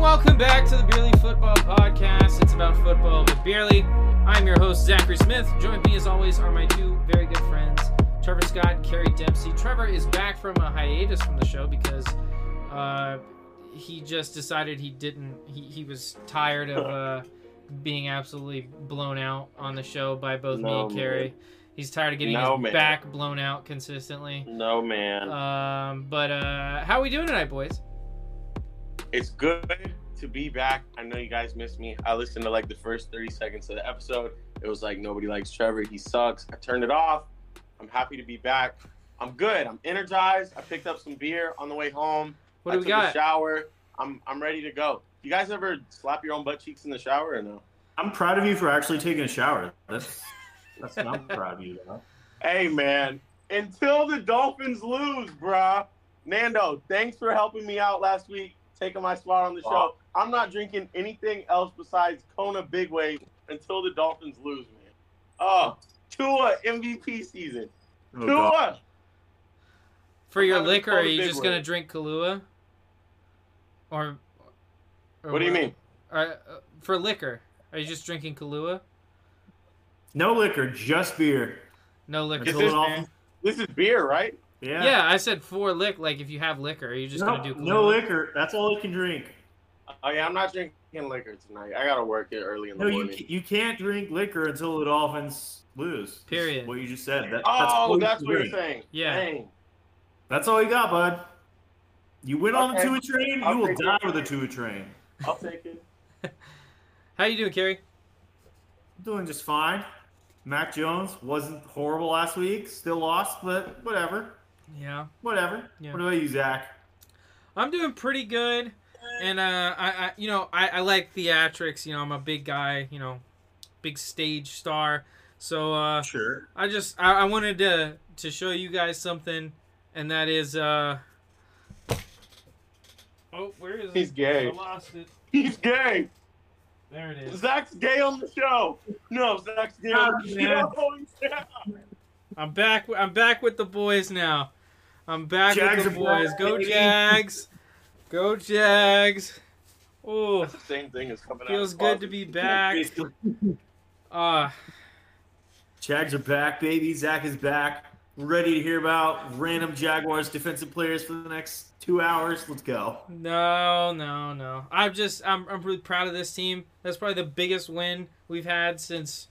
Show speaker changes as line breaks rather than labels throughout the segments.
Welcome back to the Beerly Football Podcast. It's about football with Beerly. I'm your host, Zachary Smith. Joined me, as always, are my two very good friends, Trevor Scott, Kerry Dempsey. Trevor is back from a hiatus from the show because uh, he just decided he didn't, he, he was tired of uh, being absolutely blown out on the show by both me
No,
and Kerry.
man.
He's tired of getting
No,
his
man.
back blown out consistently.
No man,
Um, but uh, how we doing tonight, boys?
it's good to be back. I know you guys missed me. I listened to like the first thirty seconds of the episode. It was like nobody likes Trevor. He sucks. I turned it off. I'm happy to be back. I'm good. I'm energized. I picked up some beer on the way home.
What
I
do we
took
got?
A shower. I'm I'm ready to go. You guys ever slap your own butt cheeks in the shower or no?
I'm proud of you for actually taking a shower. That's that's what I'm proud of you about.
Hey man, until the Dolphins lose, bruh. Nando, thanks for helping me out last week, taking my spot on the show.
Wow.
I'm not drinking anything else besides Kona Big Wave until the Dolphins lose, man. Oh, Tua MVP season.
Oh, God.
Tua.
For your
having a
liquor, are
cold
you
big
just gonna
one.
drink Kahlua? Or, or
Oh,
What do you mean?
Are, uh, for liquor, are you just drinking Kahlua?
No liquor, just beer.
No liquor.
Until
this
it
man.
all-
This is beer, right?
Yeah.
yeah. I said for lick. Like if you have liquor, are you just
no,
gonna do Kahlua?
no liquor. That's all I can drink.
Oh yeah, I'm not drinking liquor tonight. I gotta work it early in the
No, you
morning.
ca- you can't drink liquor until the Dolphins lose. That's
Period.
What you just said. That- all
oh,
you
that's
can
what you're
drink.
saying.
Yeah.
Dang.
That's all you got, bud. You went on the
Okay.
Tua train.
I'll
You will
take it.
die with a Tua train.
I'll take it.
How you doing, Kerry?
I'm doing just fine. Mac Jones wasn't horrible last week. Still lost, but whatever.
Yeah,
Whatever.
Yeah.
What about you, Zach?
I'm doing pretty good. And uh, I, I, you know, I, I like theatrics. You know, I'm a big guy. You know, big stage star. So uh,
Sure.
I just I, I wanted to to show you guys something, and that is uh. Oh, where is
He's
it?
gay.
I lost it.
He's gay.
There it is.
Zach's gay on the show. No, Zach's gay on the
Oh, man.
show. Yeah.
I'm back. wi- I'm back with the boys now. I'm back
Jags
with the
are back,
boys. Go
baby.
Jags. Go Jags. Oh,
That's the same thing as coming out.
feels
of the
good to
closet.
be back. Uh,
Jags are back, baby. Zach is back. Ready to hear about random Jaguars defensive players for the next two hours. Let's go.
No, no, no. I'm just I'm I'm really proud of this team. That's probably the biggest win we've had since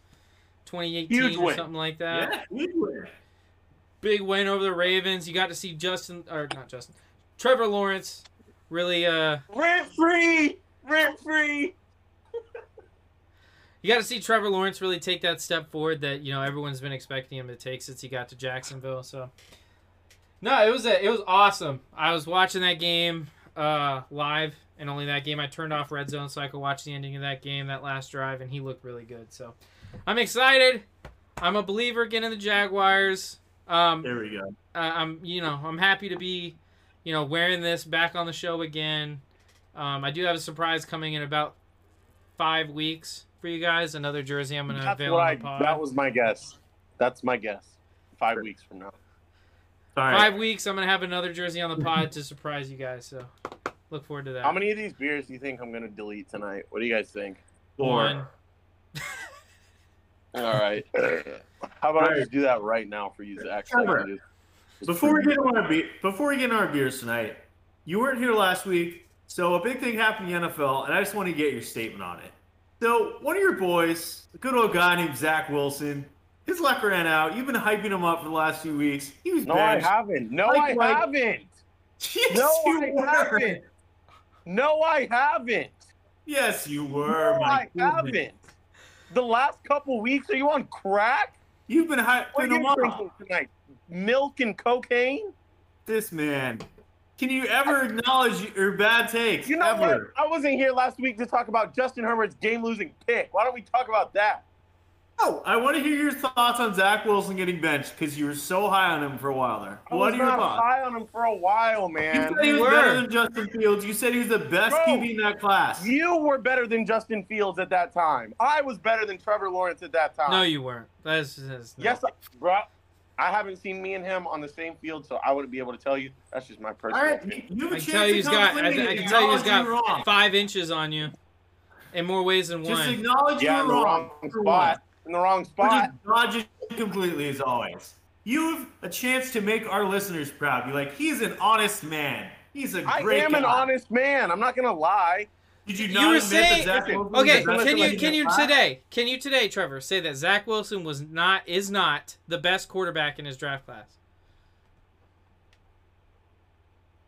2018
Huge
or
win.
something like that.
yeah, we were.
Big win over the Ravens. You got to see Justin or not Justin. Trevor Lawrence really uh
Rent free. Rent free.
you got to see Trevor Lawrence really take that step forward that you know everyone's been expecting him to take since he got to Jacksonville. So, no, it was a, it was awesome. I was watching that game uh, live, and only that game. I turned off Red Zone so I could watch the ending of that game, that last drive, and he looked really good. So, I'm excited. I'm a believer again in the Jaguars. Um,
There we go.
uh, I'm you know I'm happy to be you know wearing this back on the show again. Um, I do have a surprise coming in about five weeks for you guys. Another jersey I'm gonna
That's
unveil
what
on
I,
the pod.
that was my guess. That's my guess. Five weeks from now.
All right.
Five weeks I'm gonna have another jersey on the pod to surprise you guys. So look forward to that.
How many of these beers do you think I'm going to delete tonight? What do you guys think?
One.
Four.
All right. How about I just do that right now for you, Zach? so I can
Trevor.
just- just
Before we
forget-
get on our be- before we get on our beers tonight, you weren't here last week, so a big thing happened in the NFL, and I just want to get your statement on it. So one of your boys, a good old guy named Zach Wilson, his luck ran out. You've been hyping him up for the last few weeks. He was
No, I
benched.
haven't. No,
Like,
I
like-
haven't.
Yes,
No,
you
I
were.
haven't. No, I haven't.
Yes, you were.
No,
my
I
goodness.
haven't. Oh The last couple weeks, are you on crack?
You've been
What
hyping
are
him
you
up.
drinking tonight? Milk and cocaine?
This man. Can you ever acknowledge your bad takes?
You know what?
ever?
I wasn't here last week to talk about Justin Herbert's game losing pick. Why don't we talk about that?
No, I want to hear your thoughts on Zach Wilson getting benched because you were so high on him for a while there.
I was
what are your
not
thoughts?
high on him for a while, man.
You said
We
he was
were.
better than Justin Fields. You said he was the best
Bro,
QB in that class.
You were better than Justin Fields at that time. I was better than Trevor Lawrence at that time.
No, you weren't. That's, that's no.
Yes, I, bro. I haven't seen me and him on the same field, so I wouldn't be able to tell you. That's just my
All
personal.
right,
opinion.
you have
I
a
can
chance
tell
to
you he's
come
got.
clean
I,
and
I can tell you he's
acknowledge you're
got
wrong.
five inches on you, in more ways than
Just
one.
acknowledge
Yeah,
you're
in the wrong
for
spot. In the wrong
We're
spot.
just dodging completely as always. You have a chance to make our listeners proud. You're like, he's an honest man. He's a
I
great
am
guy.
an honest man. I'm not gonna lie.
Did you
You
not
were
admit
saying-
that Zach
Listen,
Wilson was
Okay,
the best
can you
quarterback
can
in
you
the class?
today can you today, Trevor, say that Zach Wilson was not is not the best quarterback in his draft class?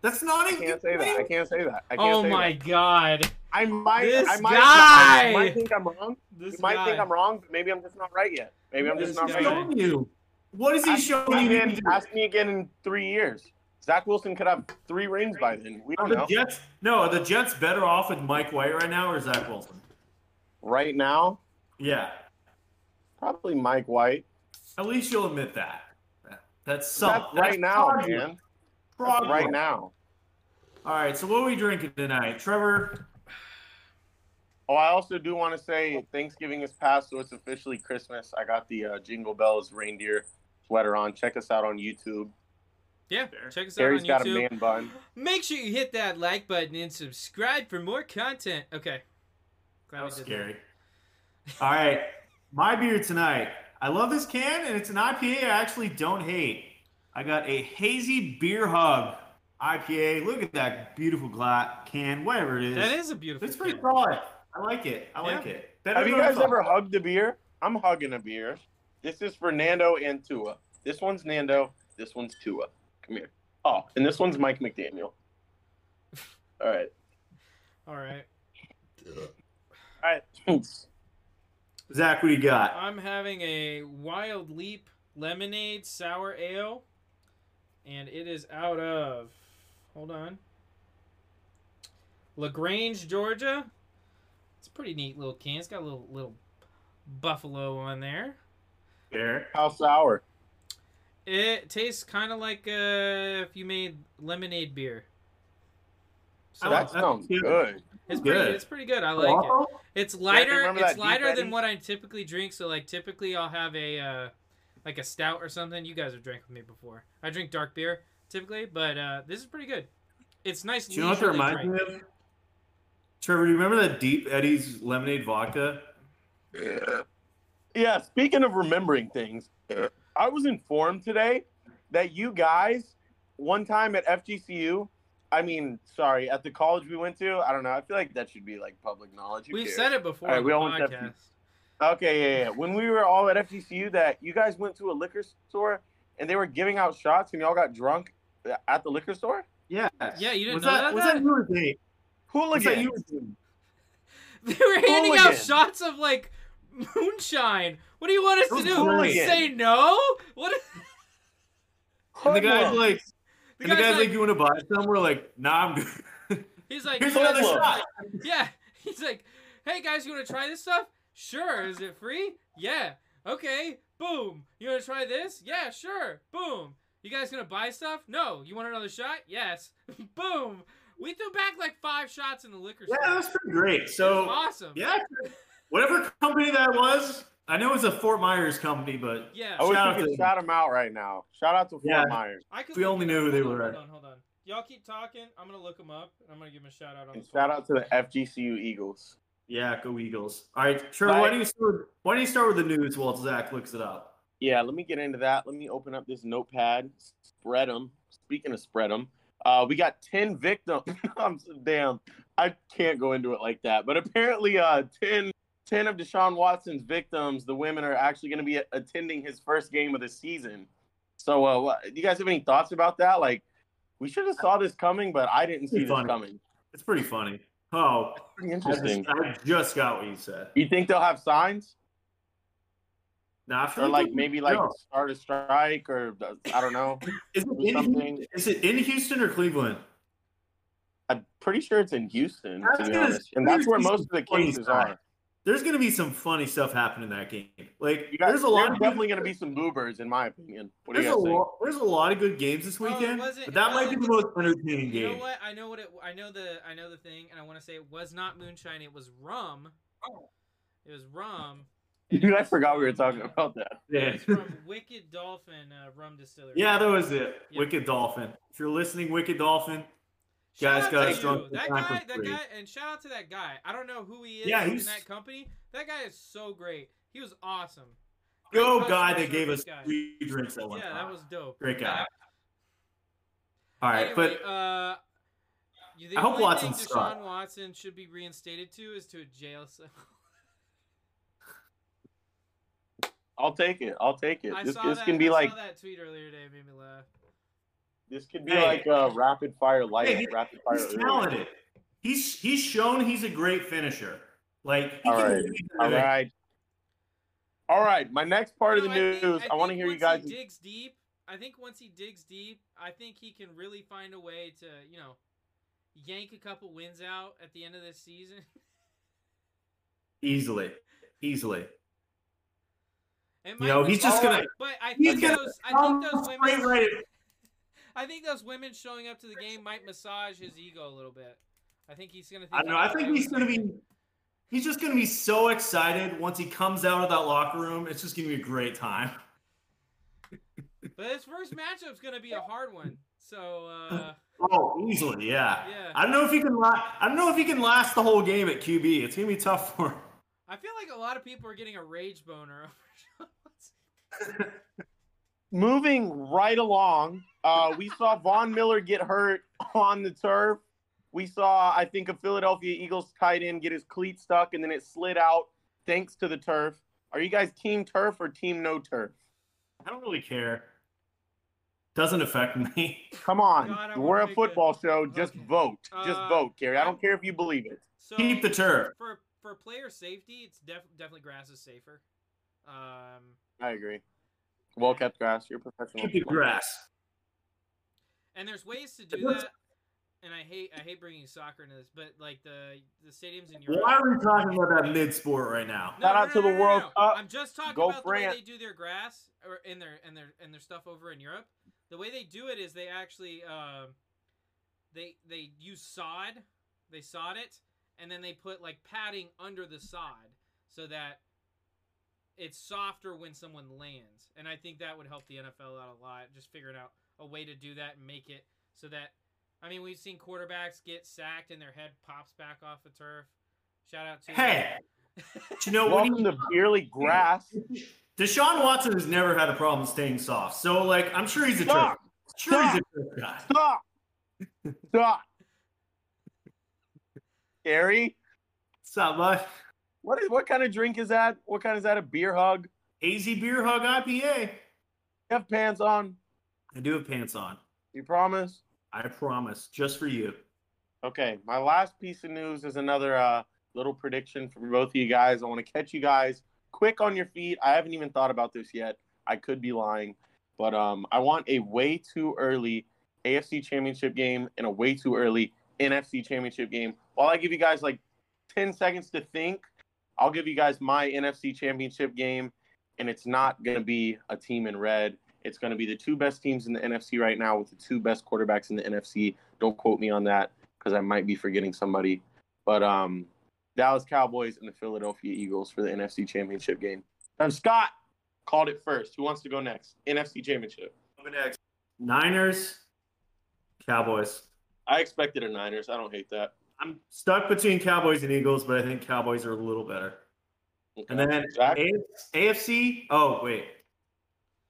That's not
I
even.
can't say that. I can't say that. I can't
Oh
say
my
That.
God,
I might.
This
I might,
guy!
I might think I'm wrong.
this
you might
guy.
think I'm wrong, but maybe I'm just not right yet. Maybe I'm just
This
not
guy.
right. yet.
showing you? What is he
Ask
showing
me
you?
again- ask me again in three years. Zach Wilson could have three rings by then. We
Are
don't
the
know.
Jets? No, are the Jets better off with Mike White right now or Zach Wilson?
Right now,
Yeah,
probably Mike White.
at least you'll admit that. That's something.
That's right
That's
now,
progress.
man.
Progress.
Right now.
All right. So what are we drinking tonight, Trevor?
Oh, I also do want to say Thanksgiving is past, so it's officially Christmas. I got the uh, Jingle Bells reindeer sweater on. Check us out on YouTube.
Yeah, check us out
Terry's
on
got a
YouTube.
man bun.
Make sure you hit that like button and subscribe for more content. Okay. Glad
That
we
was
did
scary. All right. My beer tonight. I love this can, and it's an IPA I actually don't hate. I got a hazy beer hug IPA. Look at that beautiful gla- can, whatever it is.
That is a beautiful.
It's pretty
can.
solid. I like it. I like it. Better
Have you
than I
guys
thought.
ever hugged a beer? I'm hugging a beer. This is Fernando and Tua. This one's Nando. This one's Tua. Come here. Oh, and this one's Mike McDaniel. All right.
All right.
All right.
Zach, what do you got?
I'm having a Wild Leap lemonade sour ale, and it is out of. Hold on. Lagrange, Georgia. It's a pretty neat little can. It's got a little little buffalo on there.
Beer.
How sour?
It tastes kind of like uh, if you made lemonade beer. So
I like
That
it's,
that's
sounds
cute.
good.
it's
good.
pretty. It's pretty good. I like it. It's lighter.
remember
it's
that
lighter
Deep
than
Eddy?
what I typically drink. So like typically I'll have a uh, like a stout or something. You guys have drank with me before. I drink dark beer typically, but uh, this is pretty good. It's nice.
Do you know what that
leisurely
reminds
drink.
me of? Trevor, do you remember that Deep Eddie's lemonade vodka?
Yeah, speaking of remembering things, I was informed today that you guys, one time at FGCU, I mean, sorry, at the college we went to, I don't know. I feel like that should be like public knowledge. Who
We've
cares?
said it before
All right,
on
we
the
all went to
podcast.
Okay, yeah, yeah. When we were all at FGCU, that you guys went to a liquor store and they were giving out shots, and y'all got drunk at the liquor store.
Yeah.
Yeah, you didn't
was
know
that,
that.
Was that you were dating? Was that
Hooligan.
you were dating?
They were handing out
Hooligan.
shots of like moonshine. What do you want us
It
to
was
do?
hooligan.
Say no? What?
And the guy's
Hoodlum.
like,
The
and the
guy's
guy's like,
like-
you want to buy some? We're like, nah, I'm good.
He's like,
Here's
"You
another
guys-
Hoodlum.
shot.
Yeah. He's like, hey guys, you want to try this stuff? Sure. Is it free? Yeah. Okay. Boom. You want to try this? Yeah, sure. Boom. You guys going to buy stuff? No. You want another shot? Yes. Boom. We threw back like five shots in the liquor
Yeah,
store.
that's pretty great.
It was
So,
awesome.
yeah, whatever company that was, I know it was a Fort Myers company, but
Yeah.
I wish
Shout out
we
to
could
them.
shout them out right now. Shout out to Fort
Yeah.
Myers
I could
we
look
only
it
knew
up.
who they
Hold on,
were
Hold
at.
on, hold on. Y'all keep talking. I'm going to look them up. and I'm going to give them a shout out on
and
the
shout
phone.
out to the FGCU Eagles.
yeah, go Eagles. All right, Trevor, why
Bye.
don't you start, why don't you start with the news while Zach looks it up?
Yeah, let me get into that. Let me open up this notepad. Spread them. Speaking of spread them, uh, we got ten victims. I'm so- damn. I can't go into it like that. But apparently, uh, 10, 10 of Deshaun Watson's victims, the women, are actually going to be attending his first game of the season. So, uh, what- do you guys have any thoughts about that? Like, we should have saw this coming, but I didn't see
Pretty
this
funny.
coming.
It's pretty funny. Oh,
Pretty
I just,
interesting.
I just got what you said.
You think they'll have signs?
Now, I feel
or like
they-
maybe like
no.
start a strike or uh, I don't know
is
or
it, in,
something.
is it in Houston or Cleveland?
I'm pretty sure it's in Houston
I
to
was
be
gonna
honest,
say,
and that's where
there's
most of the
funny
cases
stuff.
are.
There's going to be some funny stuff happening in that game. Like,
You got,
there's a lot.
There's
Of
definitely
good,
going to be some bloopers, in my opinion. What do
there's
you
a
guys think?
lot. There's a lot of good games this
Oh, it
weekend.
wasn't-
but
it
that might be
wasn't-
the most entertaining
You
game.
know what? I know what it. I know the. I know the
Oh.
thing, and I want to say it was not moonshine. It was rum. It was rum,
Dude, I forgot we were talking about that.
Yeah.
It's from Wicked Dolphin uh, Rum Distillery.
Yeah, that was it.
Yeah.
Wicked Dolphin. If you're listening, Wicked Dolphin.
Shout
Guys
out
got
to
us drunk
you.
for
That
time for
guy, that
free.
guy, and shout out to that guy. I don't know who he is
Yeah,
in
he's-
that company. That guy is so great. He was awesome.
Go
Great
guy
customer
that gave us
service guy.
free drinks at one
Yeah,
time.
that was dope.
Oh Great guy.
Yeah.
All right,
Anyway,
but
uh, you- the
I hope
only
Watson's
thing Deshaun
strong.
Watson should be reinstated to is to a jail cell.
I'll take it. I'll take it.
I
this
saw
this
that.
can be
I
like
saw that tweet earlier today. It made me laugh.
this could be
Hey.
like a rapid fire light,
Hey, he-
rapid
uh,
fire.
he's
early.
talented. He's he's shown he's a great finisher. Like he
All
can
right.
do anything.
All right. All right. My next part of
No,
the
I think-
news, I, want to
think
hear you
once
guys.
He digs deep. I think once he digs deep, I think he can really find a way to, you know, yank a couple wins out at the end of this season.
easily. Easily.
It
You
might
know,
be
he's just
All
gonna
But I
He's
think
gonna
those I think
come
those
Um, straight
women
right at
I think those women showing up to the game might massage his ego a little bit. I think he's gonna. Think
I don't know. I
about
think
it.
he's going to be. He's just going to be so excited once he comes out of that locker room. It's just going to be a great time.
But his first matchup's gonna be a hard one. So uh,
Oh, easily, yeah.
Yeah.
I don't know if he can. La- I don't know if he can last the whole game at QB. It's going to be tough for him.
I feel like a lot of people are getting a rage boner. over Sean Watson.
Moving right along, uh, we saw Von Miller get hurt on the turf. We saw, I think, a Philadelphia Eagles tight end get his cleat stuck and then it slid out thanks to the turf. Are you guys team turf or team no turf?
I don't really care. Doesn't affect me.
Come on,
God, I
we're
wanna
a
make
football show. Just
Okay.
vote. Just
Uh,
vote, Gary. I don't care if you believe it.
So
Keep the turf.
for for player safety, it's def- definitely grass is safer. Um,
I agree. Well kept grass. You're a professional.
Keep the grass.
and there's ways to do
What's-
that. And I hate I hate bringing soccer into this, but like the the stadiums in Europe.
Why are we talking about that mid sport right now?
Shout out to the World Cup.
I'm just talking
Go
about
France.
the way they do their grass or in their and their and their stuff over in Europe. The way they do it is they actually um, they they use sod, they sod it, and then they put like padding under the sod so that it's softer when someone lands. And I think that would help the NFL out a lot. Just figuring out a way to do that and make it so that I mean we've seen quarterbacks get sacked and their head pops back off the turf. Shout out to
Hey, but you know what?
Welcome to Beerly Grass.
Deshaun Watson has never had a problem staying soft. So, like, I'm sure he's a turf.
Stop.
Sure, he's a turf guy.
Stop. Stop. Gary,
Stop, bud.
what is what kind of drink is that? What kind is that? A beer hug?
AZ Beer Hug IPA.
You have pants on?
I do have pants on.
You promise?
I promise, just for you.
Okay. My last piece of news is another uh, little prediction for both of you guys. I want to catch you guys quick on your feet. I haven't even thought about this yet. I could be lying, but um, I want a way too early AFC Championship game and a way too early NFC Championship game. While I give you guys like 10 seconds to think, I'll give you guys my NFC Championship game, and it's not going to be a team in red. It's going to be the two best teams in the NFC right now with the two best quarterbacks in the NFC. Don't quote me on that because I might be forgetting somebody. But um, Dallas Cowboys and the Philadelphia Eagles for the NFC Championship game. And Scott called it first. Who wants to go next? NFC Championship.
next. Niners, Cowboys.
I expected a Niners. I don't hate that.
I'm stuck between Cowboys and Eagles, but I think Cowboys are a little better. And then
Zach,
A- AFC. Oh wait,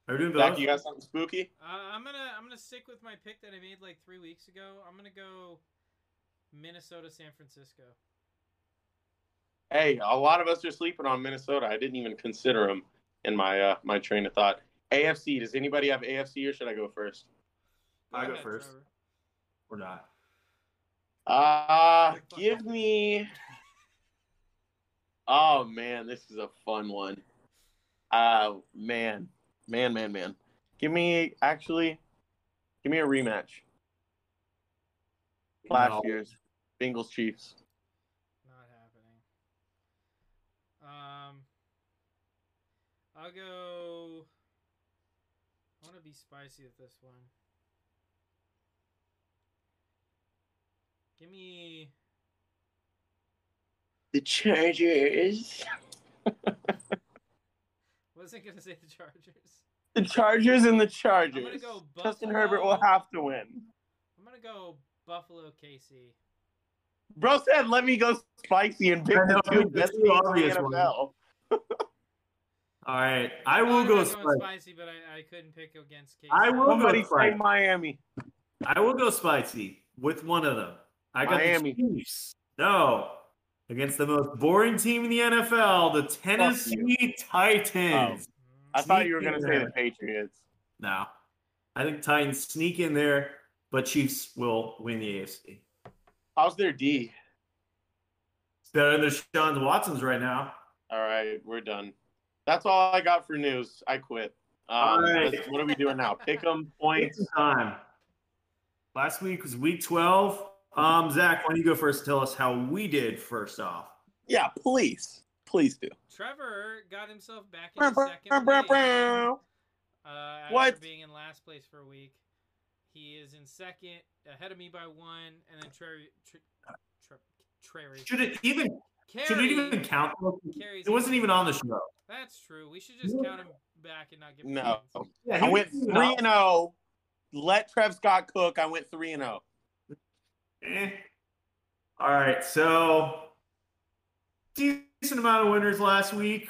are we doing
Zach,
both?
you got something spooky?
Uh, I'm gonna I'm gonna stick with my pick that I made like three weeks ago. I'm gonna go Minnesota, San Francisco.
Hey, a lot of us are sleeping on Minnesota. I didn't even consider them in my uh, my train of thought. AFC. Does anybody have AFC or should I go first?
I'll go
ahead,
first.
Trevor.
or not?
Uh give me. Oh man, this is a fun one. Uh man, man, man, man. Give me actually, give me a rematch. Last
No.
year's Bengals Chiefs.
Not happening. Um, I'll go. I want to be spicy with this one. Give me.
The Chargers.
wasn't gonna say the Chargers.
The Chargers and the Chargers.
go
Justin
Buffalo.
Herbert will have to win.
I'm gonna go Buffalo KC.
Bro said, "Let me go spicy and pick
I know,
the two
the
best
two
teams
obvious
in the
ones.
NFL."
All right,
Oh,
I
I
will
was
go
going
spicy.
spicy, but I, I couldn't pick against KC.
I will
Somebody
go
say
spicy.
Miami.
I will go spicy with one of them. I got
Miami.
the Chiefs. No, against the most boring team in the NFL, the Tennessee Titans.
Oh.
Mm,
I thought you were gonna
Sneaky
say the
there.
Patriots.
No, I think Titans sneak in there, but Chiefs will win the AFC.
How's their D?
It's better than Sean Watson's right now.
All right, we're done. That's all I got for news. I quit.
All
Um,
right.
let's- What are we doing now? Pick 'em points.
It's time. Last week was week 12. Um, Zach, why don't you go first and tell us how we did first off?
Yeah, please, please do.
Trevor got himself back in second place.
What?
Uh, after
What?
being in last place for a week, he is in second, ahead of me by one, and then Trey. Tre- tre- Trey.
Should it even
Carey.
should it even count?
Carey's
It wasn't even on the show.
That's true. We should just count him back and not give him
No.
points.
Yeah,
I
he
went
didn't
three
even
and zero. Let Trev Scott cook. I went three and oh. zero.
Eh. All right, so decent amount of winners last week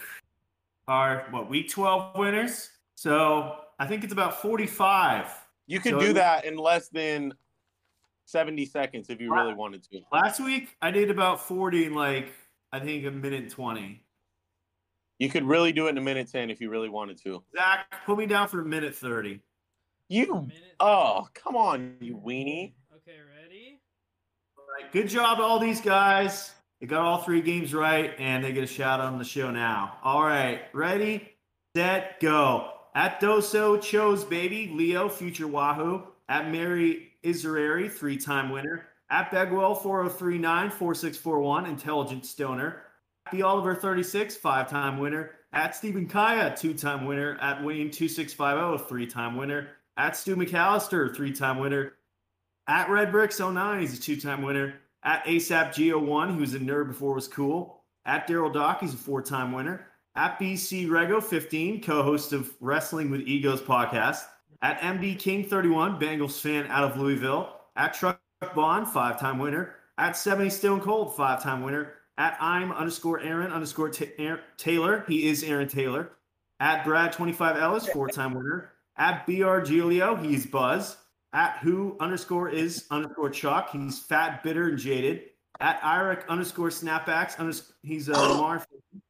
are what week twelve winners. So I think it's about forty-five.
You could
So-
do that in less than seventy seconds if you really wanted to.
Last week I did about forty, in like I think a minute and twenty.
You could really do it in a minute ten if you really wanted to.
Zach, put me down for a minute thirty.
You
Minute-
oh come on, you weenie.
Okay, ready?
All right, good job, to all these guys. They got all three games right, and they get a shout out on the show now. All right, ready, set, go. At Doso chose baby Leo, future Wahoo. At Mary Israeli, three-time winner. At Begwell 4039 4641, intelligent stoner. At B Oliver 36, five-time winner. At Stephen Kaya, two-time winner. At Wayne 2650, oh, three-time winner. At Stu McAllister, three-time winner. At Red Bricks 09, he's a two time winner. At ASAP Geo1, he was a nerd before it was cool. At Daryl Doc, he's a four time winner. At BC Rego 15, co host of Wrestling with Egos podcast. At MD King 31, Bengals fan out of Louisville. At Truck Bond, five time winner. At 70 Stone Cold, five time winner. At I'm underscore Aaron underscore Ta- Aar- Taylor, he is Aaron Taylor. At Brad 25 Ellis, four time winner. At BR Giulio, he's Buzz. At who underscore is underscore Chuck, he's fat, bitter, and jaded. At Iric underscore snapbacks, unders- he's a Lamar fan.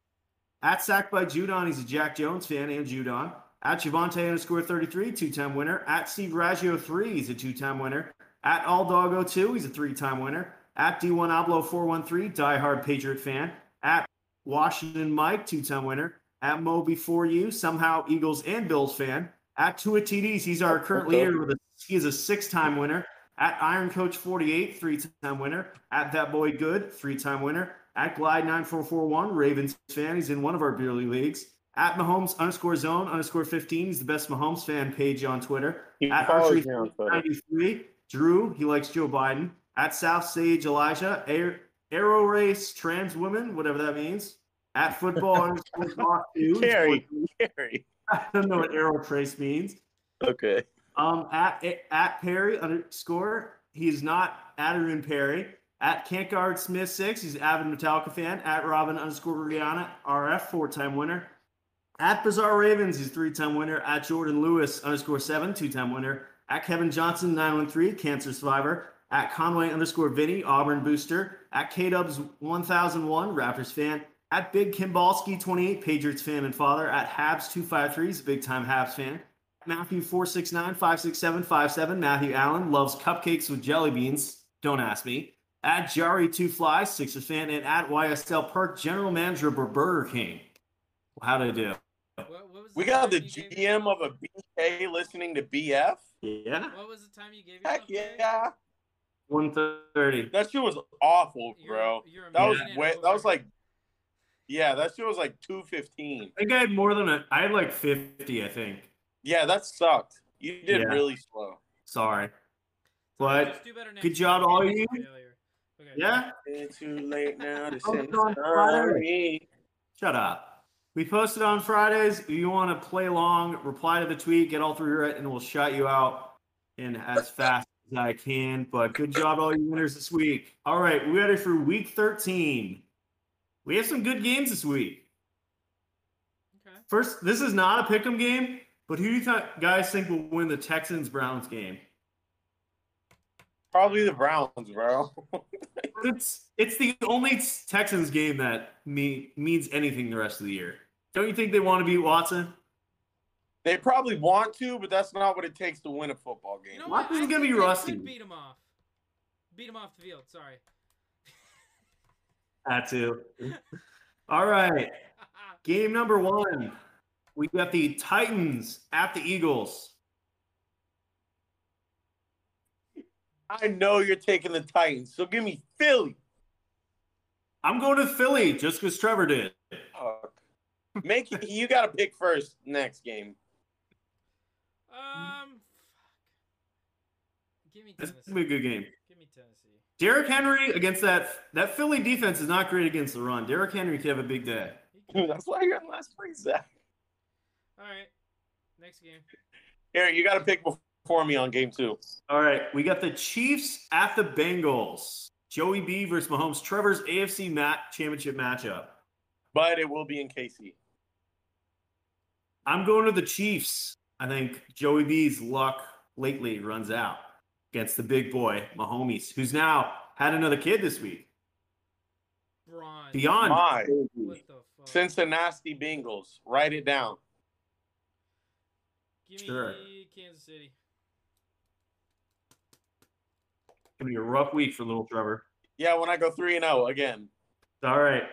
At sacked by Judon, he's a Jack Jones fan and Judon. At Javante underscore 33, two time winner. At Steve Raggio 3, he's a two time winner. At All Dog 02, he's a three time winner. At D1 Oblo 413, diehard Patriot fan. At Washington Mike, two time winner. At Mo Before You, somehow Eagles and Bills fan. At Tua TDs, he's our current leader with a he is a six time winner. At Iron Coach 48, three time winner. At That Boy Good, three time winner. At Glide 9441, Ravens fan. He's in one of our Beerly leagues. At Mahomes underscore zone underscore 15. He's the best Mahomes fan page on Twitter.
He
At
follows
Archery
me on Twitter.
93, Drew, he likes Joe Biden. At South Sage Elijah, Air, Aero Race Trans Women, whatever that means. At Football underscore Block 2.
Carrie. Gary.
I don't know what Aero Trace means.
Okay.
Um, at at Perry underscore, he is not Adderman Perry. At Cankard Smith six, he's an avid Metallica fan. At Robin underscore Rihanna RF, four time winner. At Bizarre Ravens, he's three time winner. At Jordan Lewis underscore seven, two time winner. At Kevin Johnson nine one three, cancer survivor. At Conway underscore Vinny, Auburn booster. At K Dubs one thousand one, Raptors fan. At Big Kimbalski twenty eight, Patriots fan and father. At Habs two five three, he's a big time Habs fan. Matthew 469 567 57. Matthew Allen loves cupcakes with jelly beans. Don't ask me. At Jari Two Flies, Sixers fan, and at YSL Perk, General Manager of Burger King. Well, how'd I do?
What, what was
We
time
got the
you gave-
GM of a BK listening to BF.
Yeah.
What was the time you gave
Heck
yourself, Jay?
yeah.
130.
That shit was awful,
You're-
bro.
you're a
That was
minute
way,
over.
that was like Yeah, that shit was like 215.
I think I had more than a, I had like 50, I think.
Yeah, that sucked. You did
Yeah.
really slow.
Sorry.
Just
But
do better next
good job
time.
to all
Failure.
you.
Okay.
yeah,
It's too late now to
Oh,
say
Sean Flatter.
sorry.
shut up. We post it on Fridays. If you want to play along, reply to the tweet, get all three right, and we'll shout you out in as fast as I can. But good job, all you winners this week. All right, we ready for week 13. We have some good games this week.
Okay.
First, this is not a pick 'em game, but who do you th- guys think will win the Texans Browns game?
Probably the Browns, bro.
It's it's the only Texans game that me, means anything the rest of the year. Don't you think they want to beat Watson?
they probably want to, but that's not what it takes to win a football game.
You know
Watson's
what? I
gonna
think
be
they
rusty.
could Beat him off. Beat him off the field. Sorry.
That too. All right. Game number one. We got the Titans at the Eagles.
I know you're taking the Titans, so give me Philly.
I'm going to Philly just because Trevor did.
Fuck. Make you got to pick first next game.
um. Fuck. Give me
This is
Tennessee.
gonna be a good game.
Give me Tennessee.
Derrick Henry against that that Philly defense is not great against the run. Derrick Henry could have a big day.
He could-
That's why you're in last place, Zach.
All right. Next game.
Here, you got to pick before me on game two.
All right, we got the Chiefs at the Bengals. Joey B versus Mahomes. Trevor's AFC mat championship matchup.
But it will be in KC.
I'm going to the Chiefs. I think Joey B's luck lately runs out against the big boy Mahomes, who's now had another kid this week.
Braun.
Beyond
My
What the fuck?
Cincinnati Bengals. Write it down.
Give me
Sure.
Kansas City.
It's gonna be a rough week for little Trevor.
Yeah, when I go three and zero again.
All right,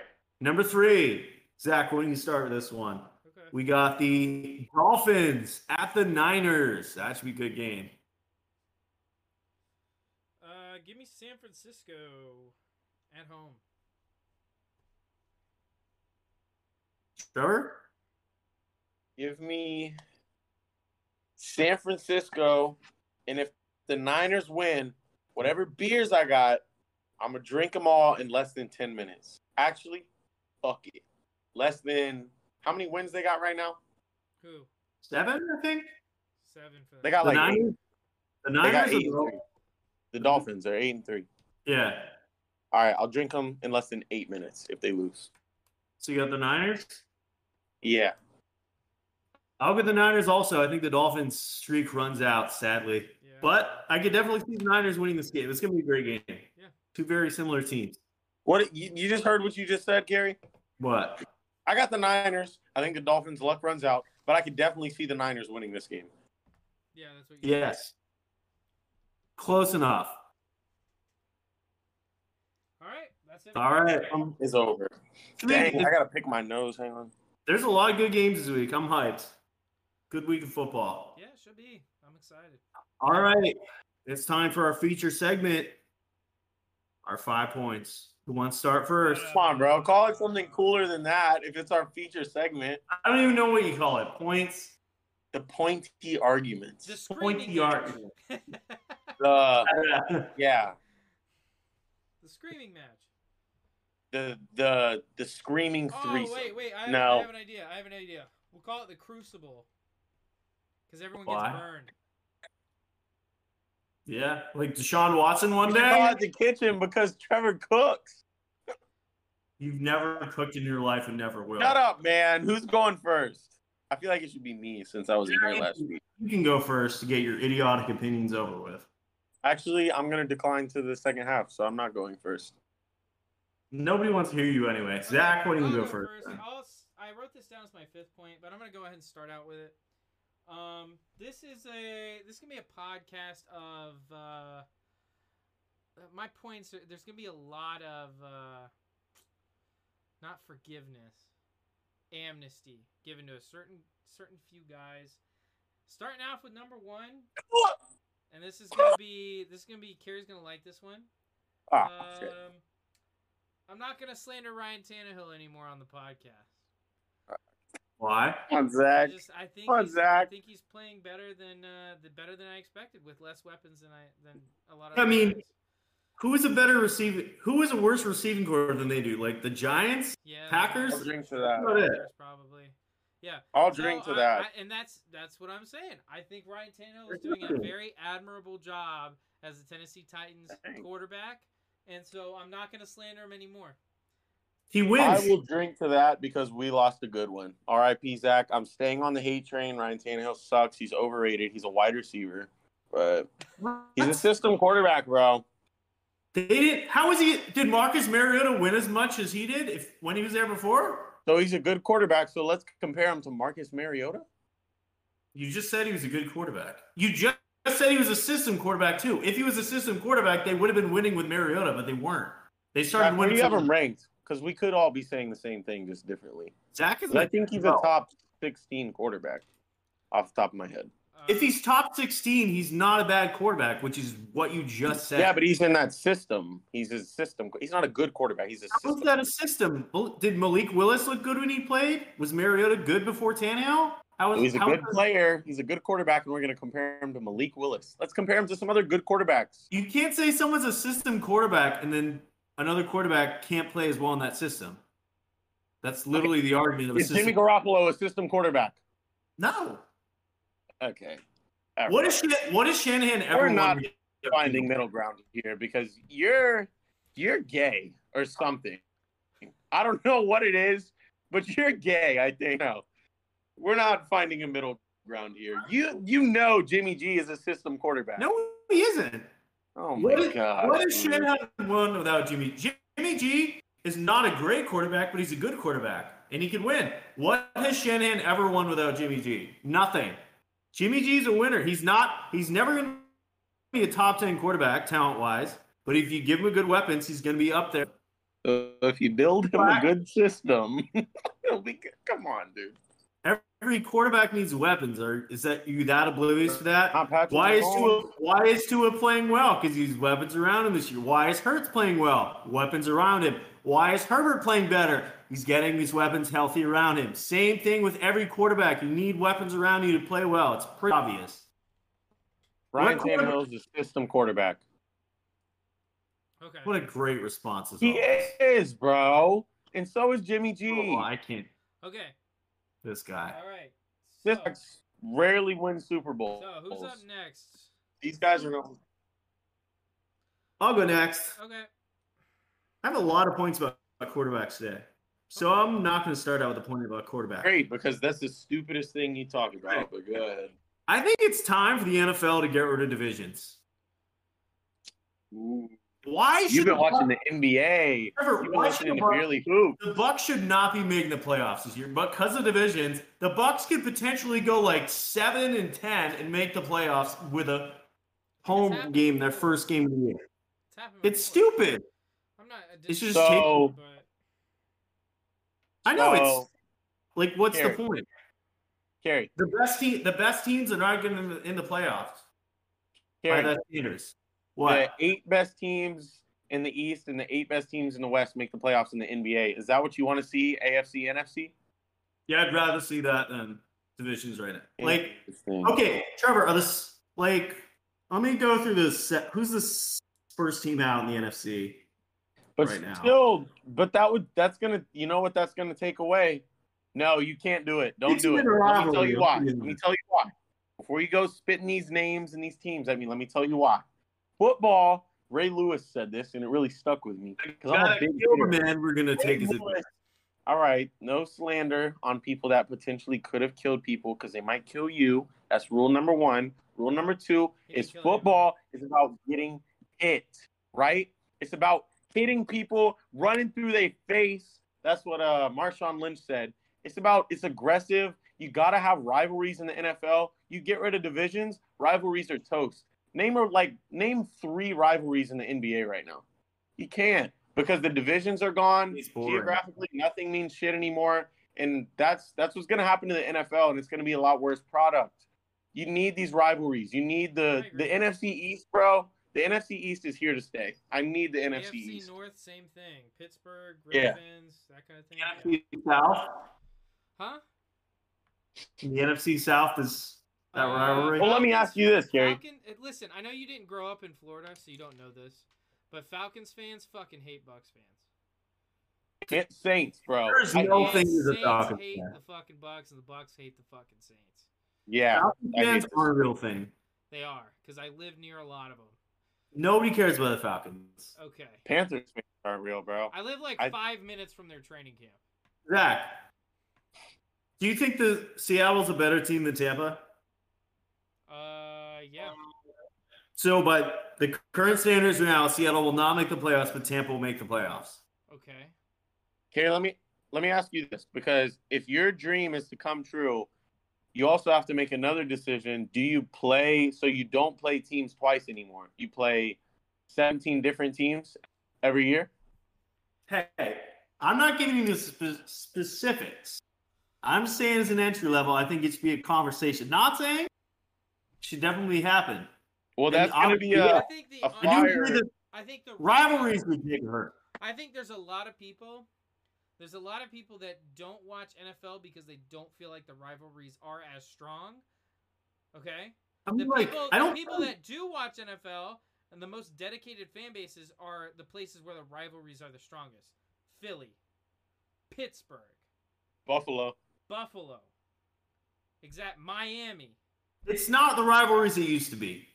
number three, Zach. Why don't you start with this one?
Okay.
We got the Dolphins at the Niners. That should be a good game.
Uh, give me San Francisco at home.
Trevor,
Give me San Francisco, and if the Niners win, whatever beers I got, I'm gonna drink them all in less than ten minutes. Actually, fuck it. Less than how many wins they got right now?
Who?
seven, I think.
Seven for that.
They got
The
like eight.
Niners. The
they got
Niners.
eight.
Are
and three.
the,
The Dolphins are eight and three.
yeah.
All right, I'll drink them in less than eight minutes if they lose.
So you got the Niners.
Yeah.
I'll go the Niners also. I think the Dolphins streak runs out, sadly.
yeah.
But I could definitely see the Niners winning this game. It's going to be a great game.
Yeah.
Two very similar teams.
What you, you just heard what you just said, Gary?
But
I got the Niners. I think the Dolphins' luck runs out, but I could definitely see the Niners winning this game.
yeah, that's what. You
yes, close enough.
All right. That's it.
All right. Um,
It's over.
I mean,
Dang, I gotta pick my nose. Hang on.
there's a lot of good games this week. I'm hyped. Good week of football.
Yeah, should be. I'm excited.
All right. It's time for our feature segment. Our five points. Who wants to start first?
Come on, bro. Call it something cooler than that. If it's our feature segment,
I don't even know what you call it. Points.
the pointy arguments.
The
Pointy
screaming match.
The
argument.
yeah,
the screaming match.
the the the screaming
Oh
threesome.
wait, wait! I have, I
No.
have an idea. I have an idea. We'll call it the Crucible, because everyone gets
Why?
burned.
yeah. Like Deshaun Watson one
You should call
day.
it the kitchen because Trevor cooks.
You've never cooked in your life and never will.
Shut up, man. Who's going first? I feel like it should be me since I was here last week.
You can go first to get your idiotic opinions over with.
Actually, I'm gonna decline to the second half, so I'm not going first.
Nobody wants to hear you anyway. Zach, why don't you go first?
I'll s- I wrote this down as my fifth point, but I'm gonna go ahead and start out with it. Um, this is a this is gonna be a podcast of uh, my points. Are, there's gonna be a lot of uh, not forgiveness, amnesty given to a certain certain few guys. Starting off with number one, and this is gonna be this is gonna be Carrie's gonna like this one.
Ah, shit.
Um, I'm not gonna slander Ryan Tannehill anymore on the podcast.
Why?
Come on,
I
Zach.
just I think
Come on,
he's, I
Zach.
think he's playing better than uh, the better than I expected with less weapons than I than a lot of.
I
other
mean,
players.
Who is a better receiving? Who is a worse receiving core than they do? Like the Giants,
Yeah.
Packers?
I'll drink to
That's
that.
about it.
Packers Probably. Yeah.
I'll
No,
drink to
I-
that.
I- and that's that's what I'm saying. I think Ryan Tannehill is
That's
doing a
true.
very admirable job as the Tennessee Titans
Thanks.
quarterback, and so I'm not going to slander him anymore.
He
I
wins.
will drink to that because we lost a good one. R.I.P. Zach. I'm staying on the hate train. Ryan Tannehill sucks. He's overrated. He's a wide receiver, but he's
Uh,
a system quarterback, bro.
They didn't. How is he? Did Marcus Mariota win as much as he did if when he was there before?
So he's a good quarterback. So let's compare him to Marcus Mariota.
You just said he was a good quarterback. You ju- just said he was a system quarterback too. If he was a system quarterback, they would have been winning with Mariota, but they weren't. They started
Zach, where do
winning.
you have
some-
him ranked? Because we could all be saying the same thing, just differently.
Zach is.
I think he's a
No.
top 16 quarterback off the top of my head.
Uh,
If he's top sixteen, he's not a bad quarterback, which is what you just said.
Yeah, but he's in that system. He's a system. He's not a good quarterback. He's a
How is
system.
that a system? Well, Did Malik Willis look good when he played? Was Mariota good before Tannehill? How was
He's a
how
good
was-
player. He's a good quarterback, and we're going to compare him to Malik Willis. Let's compare him to some other good quarterbacks.
You can't say someone's a system quarterback and then another quarterback can't play as well in that system. That's literally the argument of a
Is Jimmy
system.
Garoppolo a system quarterback?
no.
Okay. All right.
What is Shan- what is Shanahan
We're
ever
not
want to do?
finding middle ground here because you're you're gay or something. I don't know what it is, but you're gay. I think no, we're not finding a middle ground here. You you know Jimmy G is a system quarterback.
No, he isn't.
Oh my
What is,
god.
what is
dude.
Shanahan won without Jimmy? Jimmy G is not a great quarterback, but he's a good quarterback, and he can win. What has Shanahan ever won without Jimmy G? Nothing. Jimmy G's a winner. He's not. He's never going to be a top ten quarterback talent wise. But if you give him good weapons, he's going to be up there.
So if you build him a good system, it'll be good. Come on, dude.
Every quarterback needs weapons. Or is that you that oblivious to that?
Not Patrick
Why is
Mahomes.
Tua? Why is Tua playing well? Because he's weapons around him this year. Why is Hurts playing well? Weapons around him. Why is Herbert playing better? He's getting these weapons healthy around him. Same thing with every quarterback. You need weapons around you to play well. It's pretty obvious.
Ryan
What quarterback-
Tannehill is a system quarterback.
okay.
What a great response! As
He
always.
is, bro, and so is Jimmy G.
Oh, I can't.
Okay.
This guy.
All right. So,
This rarely win Super Bowl.
so who's up next?
These guys are going.
I'll go next.
Okay.
I have a lot of points about about quarterbacks today, so I'm not going to start out with a point about quarterback.
Great, because that's the stupidest thing you talk about. But go ahead.
I think it's time for the NFL to get rid of divisions. Why should
You've been
the
watching the NBA.
Trevor,
You've been
why
listening
should the
to
Bucks-
Barely Hoop.
the Bucks should not be making the playoffs this year, but because of divisions, the Bucks could potentially go like seven and ten and make the playoffs with a home
happened.
game, their first game of the year.
It's happened.
It's
before.
stupid.
I'm not. I didn't-
It's just
So-
but-
I know
So-
it's like what's
Here.
the point?
Carrie,
The best team, the best teams are not getting in the, in the playoffs by
Carrie,
the standards. What?
the eight best teams in the East and the eight best teams in the West make the playoffs in the NBA. Is that what you want to see? AFC, NFC.
Yeah, I'd rather see that than divisions right now. Like,
Interesting.
okay, Trevor, are this like? Let me go through this. Set. Who's the s- first team out in the NFC?
but
right now.
still, but that would that's gonna you know what that's gonna take away. No, you can't do it. Don't
It's
do it.
been
Let
a
me tell
rivalry.
you why.
It's
Let
been-
me tell you why. Before you go spitting these names and these teams, I mean, let me tell you why. Football. Ray Lewis said this, and it really stuck with me. 'cause I'm a
Gotta
big
kill the
fan.
man. We're gonna
Ray
take his.
Lewis- All right, no slander on people that potentially could have killed people because they might kill you. That's rule number one. Rule number two
He didn't
is
kill
football is about getting hit, right? It's about hitting people, running through their face. That's what uh Marshawn Lynch said. It's about it's aggressive. You gotta have rivalries in the NFL. You get rid of divisions, rivalries are toast. Name or like name three rivalries in the NBA right now. You can't because the divisions are gone.
It's boring.
Geographically, nothing means shit anymore, and that's that's what's gonna happen to the NFL, and it's gonna be a lot worse product. You need these rivalries. You need the
I agree.
the NFC East, bro. The NFC East is here to stay. I need the NFC
AFC
East.
North, same thing. Pittsburgh,
Yeah.
Ravens, that kind of thing. Yeah.
NFC South.
Huh?
The NFC South is that
Uh,
rivalry.
Well, let me ask you this,
How
Gary.
can- uh, listen, I know you didn't grow up in Florida, so you don't know this. But Falcons fans fucking hate Bucks fans.
It's Saints, bro.
There's
I-
no- Whole
And
thing is a
Saints
Falcons
hate
fan.
the fucking Bucks, and the Bucks hate the fucking Saints.
yeah,
Falcons
I hate
fans
this.
are a real thing.
They are because I live near a lot of them.
Nobody cares about the Falcons.
Okay,
Panthers fans aren't real, bro.
I live like
I-
five minutes from their training camp.
Zach, do you think the Seattle's a better team than Tampa?
Uh, yeah,
So, but the current standards are now Seattle will not make the playoffs, but Tampa will make the playoffs.
okay.
Okay, let me let me ask you this because if your dream is to come true, you also have to make another decision. Do you play so you don't play teams twice anymore? You play 17 different teams every year?
Hey, I'm not giving you the spe- specifics. I'm saying as an entry level, I think it should be a conversation. Not saying it should definitely happen.
Well,
And
that's going to
I'm-
be a
I think the
a
I-
I do
fire-
hear the
I think the
rivalries would make it hurt.
I think there's a lot of people. There's a lot of people that don't watch NFL because they don't feel like the rivalries are as strong. Okay,
I'm
the
like,
people,
I
the
don't
people
know.
that do watch NFL and the most dedicated fan bases are the places where the rivalries are the strongest: Philly, Pittsburgh,
Buffalo.
Buffalo, exact Miami.
it's not the rivalries it used to be.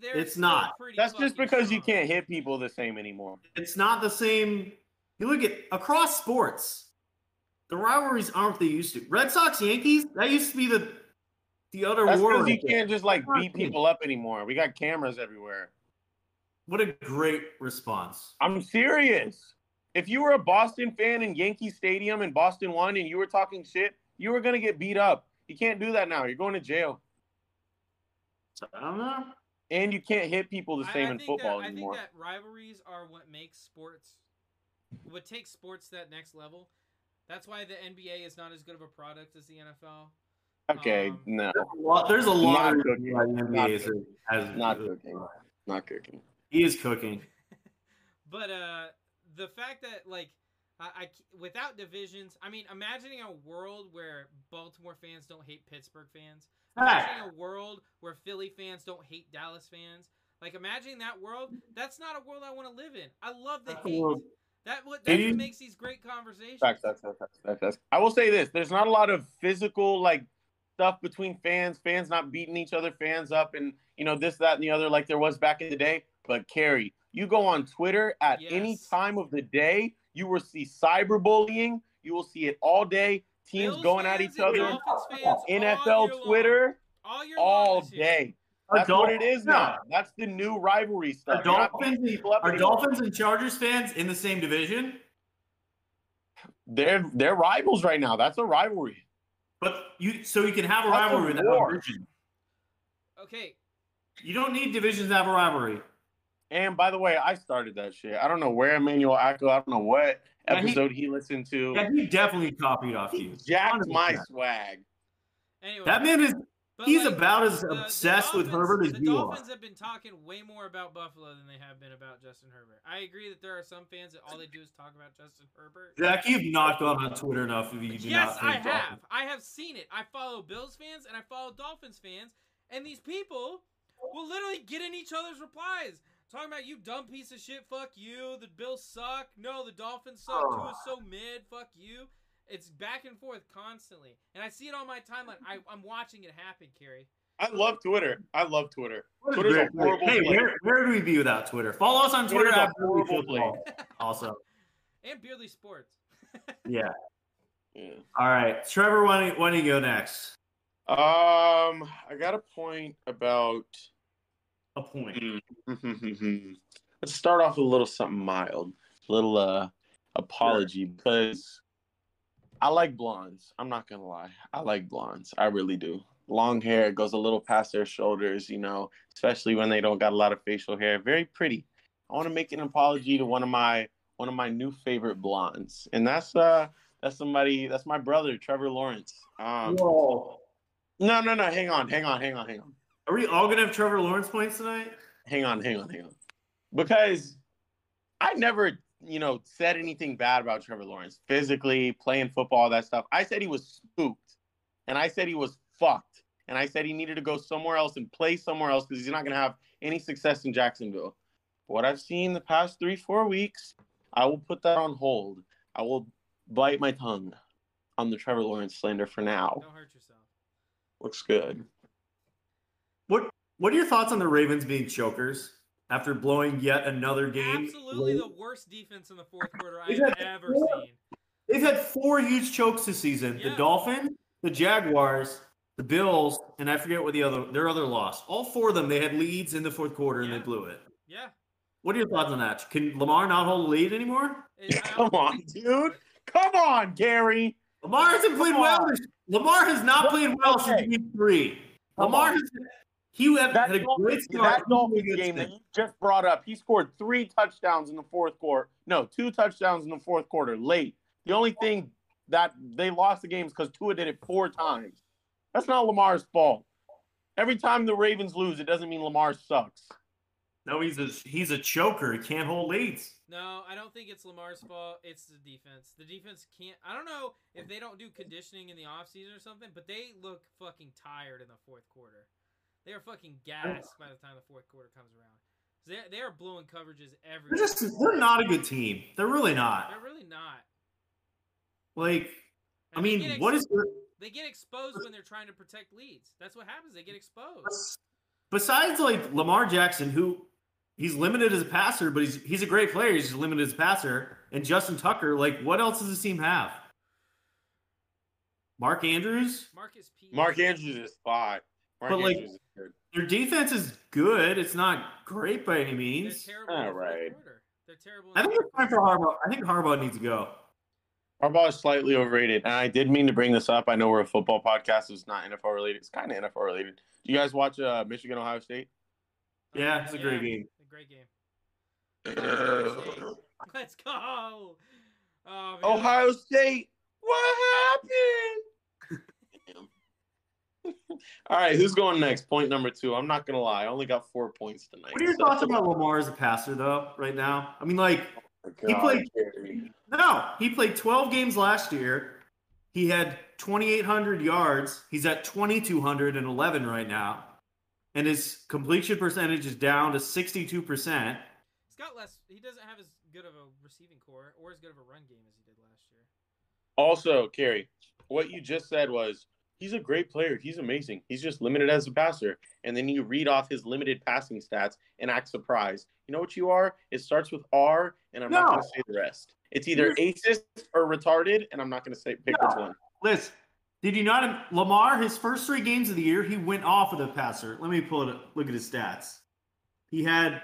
They're
It's
still
not.
pretty
That's just
fucking
because you
strong.
can't hit people the same anymore.
It's not the same. You look at across sports, the rivalries aren't what they used to. Red Sox Yankees that used to be the the other
That's
war.
because you
right there.
can't just like beat people up anymore. We got cameras everywhere.
What a great response!
I'm serious. If you were a Boston fan in Yankee Stadium and Boston won and you were talking shit, you were gonna get beat up. You can't do that now. You're going to jail.
I don't know.
And you can't hit people the
I-
same
I
in
think
football
that,
anymore.
I think that rivalries are what makes sports, what takes sports to that next level. That's why the NBA is not as good of a product as the NFL.
okay,
um,
no.
There's a lot, there's a lot
Not
of
cooking.
why the NBA is has
Not cooking. Not cooking.
He is cooking.
But uh, the fact that like I, I c- without divisions, I mean, imagining a world where Baltimore fans don't hate Pittsburgh fans,
Heck,
Ah.
imagining a world where Philly fans don't hate Dallas fans. Like imagining that world, that's not a world I want to live in. I love the
that's a
hate.
little-
That what
It
that's what
is-
makes these great conversations.
Facts, facts, facts, facts, facts, facts. I will say this: there's not a lot of physical like stuff between fans. Fans not beating each other, fans up, and you know this, that, and the other, like there was back in the day. But Kerry, you go on Twitter at any
Yes.
time of the day, you will see cyberbullying. You will see it all day. Teams
Bills
going at
fans
each
and
other.
Dolphins fans all year long.
NFL Twitter
all, year long
all
this year.
day.
Are
That's what it is
Dolphins-
now. That's the new rivalry
Are
stuff. You're not beating
Dolphins,
people up
are
anymore.
Dolphins and Chargers fans in the same division?
They're they're rivals right now. That's a rivalry.
But you so you can have a
That's a
rivalry without
war.
a division.
Okay,
You don't need divisions to have a rivalry.
And by the way, I started that shit. I don't know where Emmanuel Acko, I don't know what
Yeah, he-
episode he, listened to.
Yeah, he definitely copied off
he
you.
jacked my
100%.
swag.
anyway,
That man is
but,
he's
like,
about as
the- the
obsessed with
Dolphins-
Herbert as
the
you are.
Dolphins have been talking way more about Buffalo than they have been about Justin Herbert. I agree that there are some fans that all they do is talk about Justin Herbert.
Zach, you've not gone on Twitter enough if you do
yes,
not
I
think
have.
Dolphins.
I have seen it. I follow Bills fans and I follow Dolphins fans, and these people will literally get in each other's replies. Talking about you dumb piece of shit, fuck you, the Bills suck, no, the Dolphins suck, two is so mid, fuck you. It's back and forth constantly. And I see it on my timeline. I, I'm watching it happen, Carrie.
I love Twitter. I love Twitter.
What a
Twitter's
great
a horrible
Hey,
place.
where, where do we be without Twitter? Follow us on Twitter
Twitter's a
at Beerly
horrible
Football. Also,
And Beardley Sports.
yeah.
Yeah.
All right, Trevor, why don't, why don't you go next?
Um, I got a point about.
A point.
Mm-hmm. Let's start off with a little something mild, little uh apology because I like blondes. I'm not gonna lie, I like blondes. I really do. Long hair goes a little past their shoulders, you know, especially when they don't got a lot of facial hair. Very pretty. I want to make an apology to one of my one of my new favorite blondes, and that's uh that's somebody that's my brother Trevor Lawrence. Um,
Whoa.
no, no, no. Hang on, hang on, hang on, hang on
Are we all gonna have Trevor Lawrence points tonight?
hang on, hang on, hang on. Because I never, you know, said anything bad about Trevor Lawrence physically, playing football, all that stuff. I said he was spooked. And I said he was fucked. And I said he needed to go somewhere else and play somewhere else because he's not going to have any success in Jacksonville. what I've seen the past three, four weeks, I will put that on hold. I will bite my tongue on the Trevor Lawrence slander for now.
Don't hurt yourself.
Looks good.
What What are your thoughts on the Ravens being chokers after blowing yet another game?
Absolutely the worst defense in the fourth quarter I've
Is that-
ever seen.
They've had four huge chokes this season:
Yeah.
the Dolphins, the Jaguars, the Bills, and I forget what the other their other loss. All four of them they had leads in the fourth quarter and
Yeah.
they blew it.
Yeah.
What are your thoughts on that? Can Lamar not hold a lead anymore?
It- I-
Come on, dude. Come on, Gary.
Lamar hasn't played well. this- Lamar has not played well
Okay.
since week three.
Come
Lamar
on.
has he had,
That
had a great
Dolphins,
start.
that Dolphins
Really good
game that
start.
you just brought up, he scored three touchdowns in the fourth quarter. No, two touchdowns in the fourth quarter late. The only thing that they lost the game is because Tua did it four times. That's not Lamar's fault. Every time the Ravens lose, it doesn't mean Lamar sucks.
No, he's a he's a choker. He can't hold leads.
No, I don't think it's Lamar's fault. It's the defense. The defense can't. I don't know if they don't do conditioning in the offseason or something, but they look fucking tired in the fourth quarter. They are fucking gassed by the time the fourth quarter comes around. They they are blowing coverages every.
They're just they're not a good team. They're really not.
They're really not.
Like I
And they
mean,
get
what
ex-
is the
they get exposed when they're trying to protect leads? That's what happens. They get exposed.
besides like Lamar Jackson, who he's limited as a passer, but he's he's a great player. He's just limited as a passer. And Justin Tucker, like, what else does this team have? Mark Andrews.
Marcus P.
Mark Andrews is spot. Mark
But, like-
Andrews is good.
Their defense is good. It's not great by any
They're
means.
terrible. in the fourth
Alright.
quarter. They're terrible. in
I
the
think it's
fourth
time for
quarter.
Harbaugh. I think Harbaugh needs to go.
Harbaugh is slightly overrated, and I did mean to bring this up. I know we're a football podcast; it's not NFL related. It's kind of NFL related. Do you guys watch uh, Michigan Ohio State?
Yeah, it's a great game.
A great game.
Ohio
Let's go. Oh, man.
State, what happened? All right, who's going next? Point number two. I'm not gonna lie; I only got four points tonight.
What are your
so-
thoughts about Lamar as a passer, though, right now? I mean, like,
Oh, God,
He played-
Gary.
no, he played 12 games last year. He had 2,800 yards. He's at 2,211 right now. And his completion percentage is down to 62%.
He's got less. He doesn't have as good of a receiving core or as good of a run game as he did last year.
Also, Kerry, what you just said was he's a great player. He's amazing. He's just limited as a passer. And then you read off his limited passing stats and act surprised. You know what you are? It starts with R, and I'm not
No.
going to say the rest. It's either aces or retarded, and I'm not going to say pick which
No.
one.
Liz, did you not? Lamar, his first three games of the year, he went off with a passer. Let me pull it up. Look at his stats. He had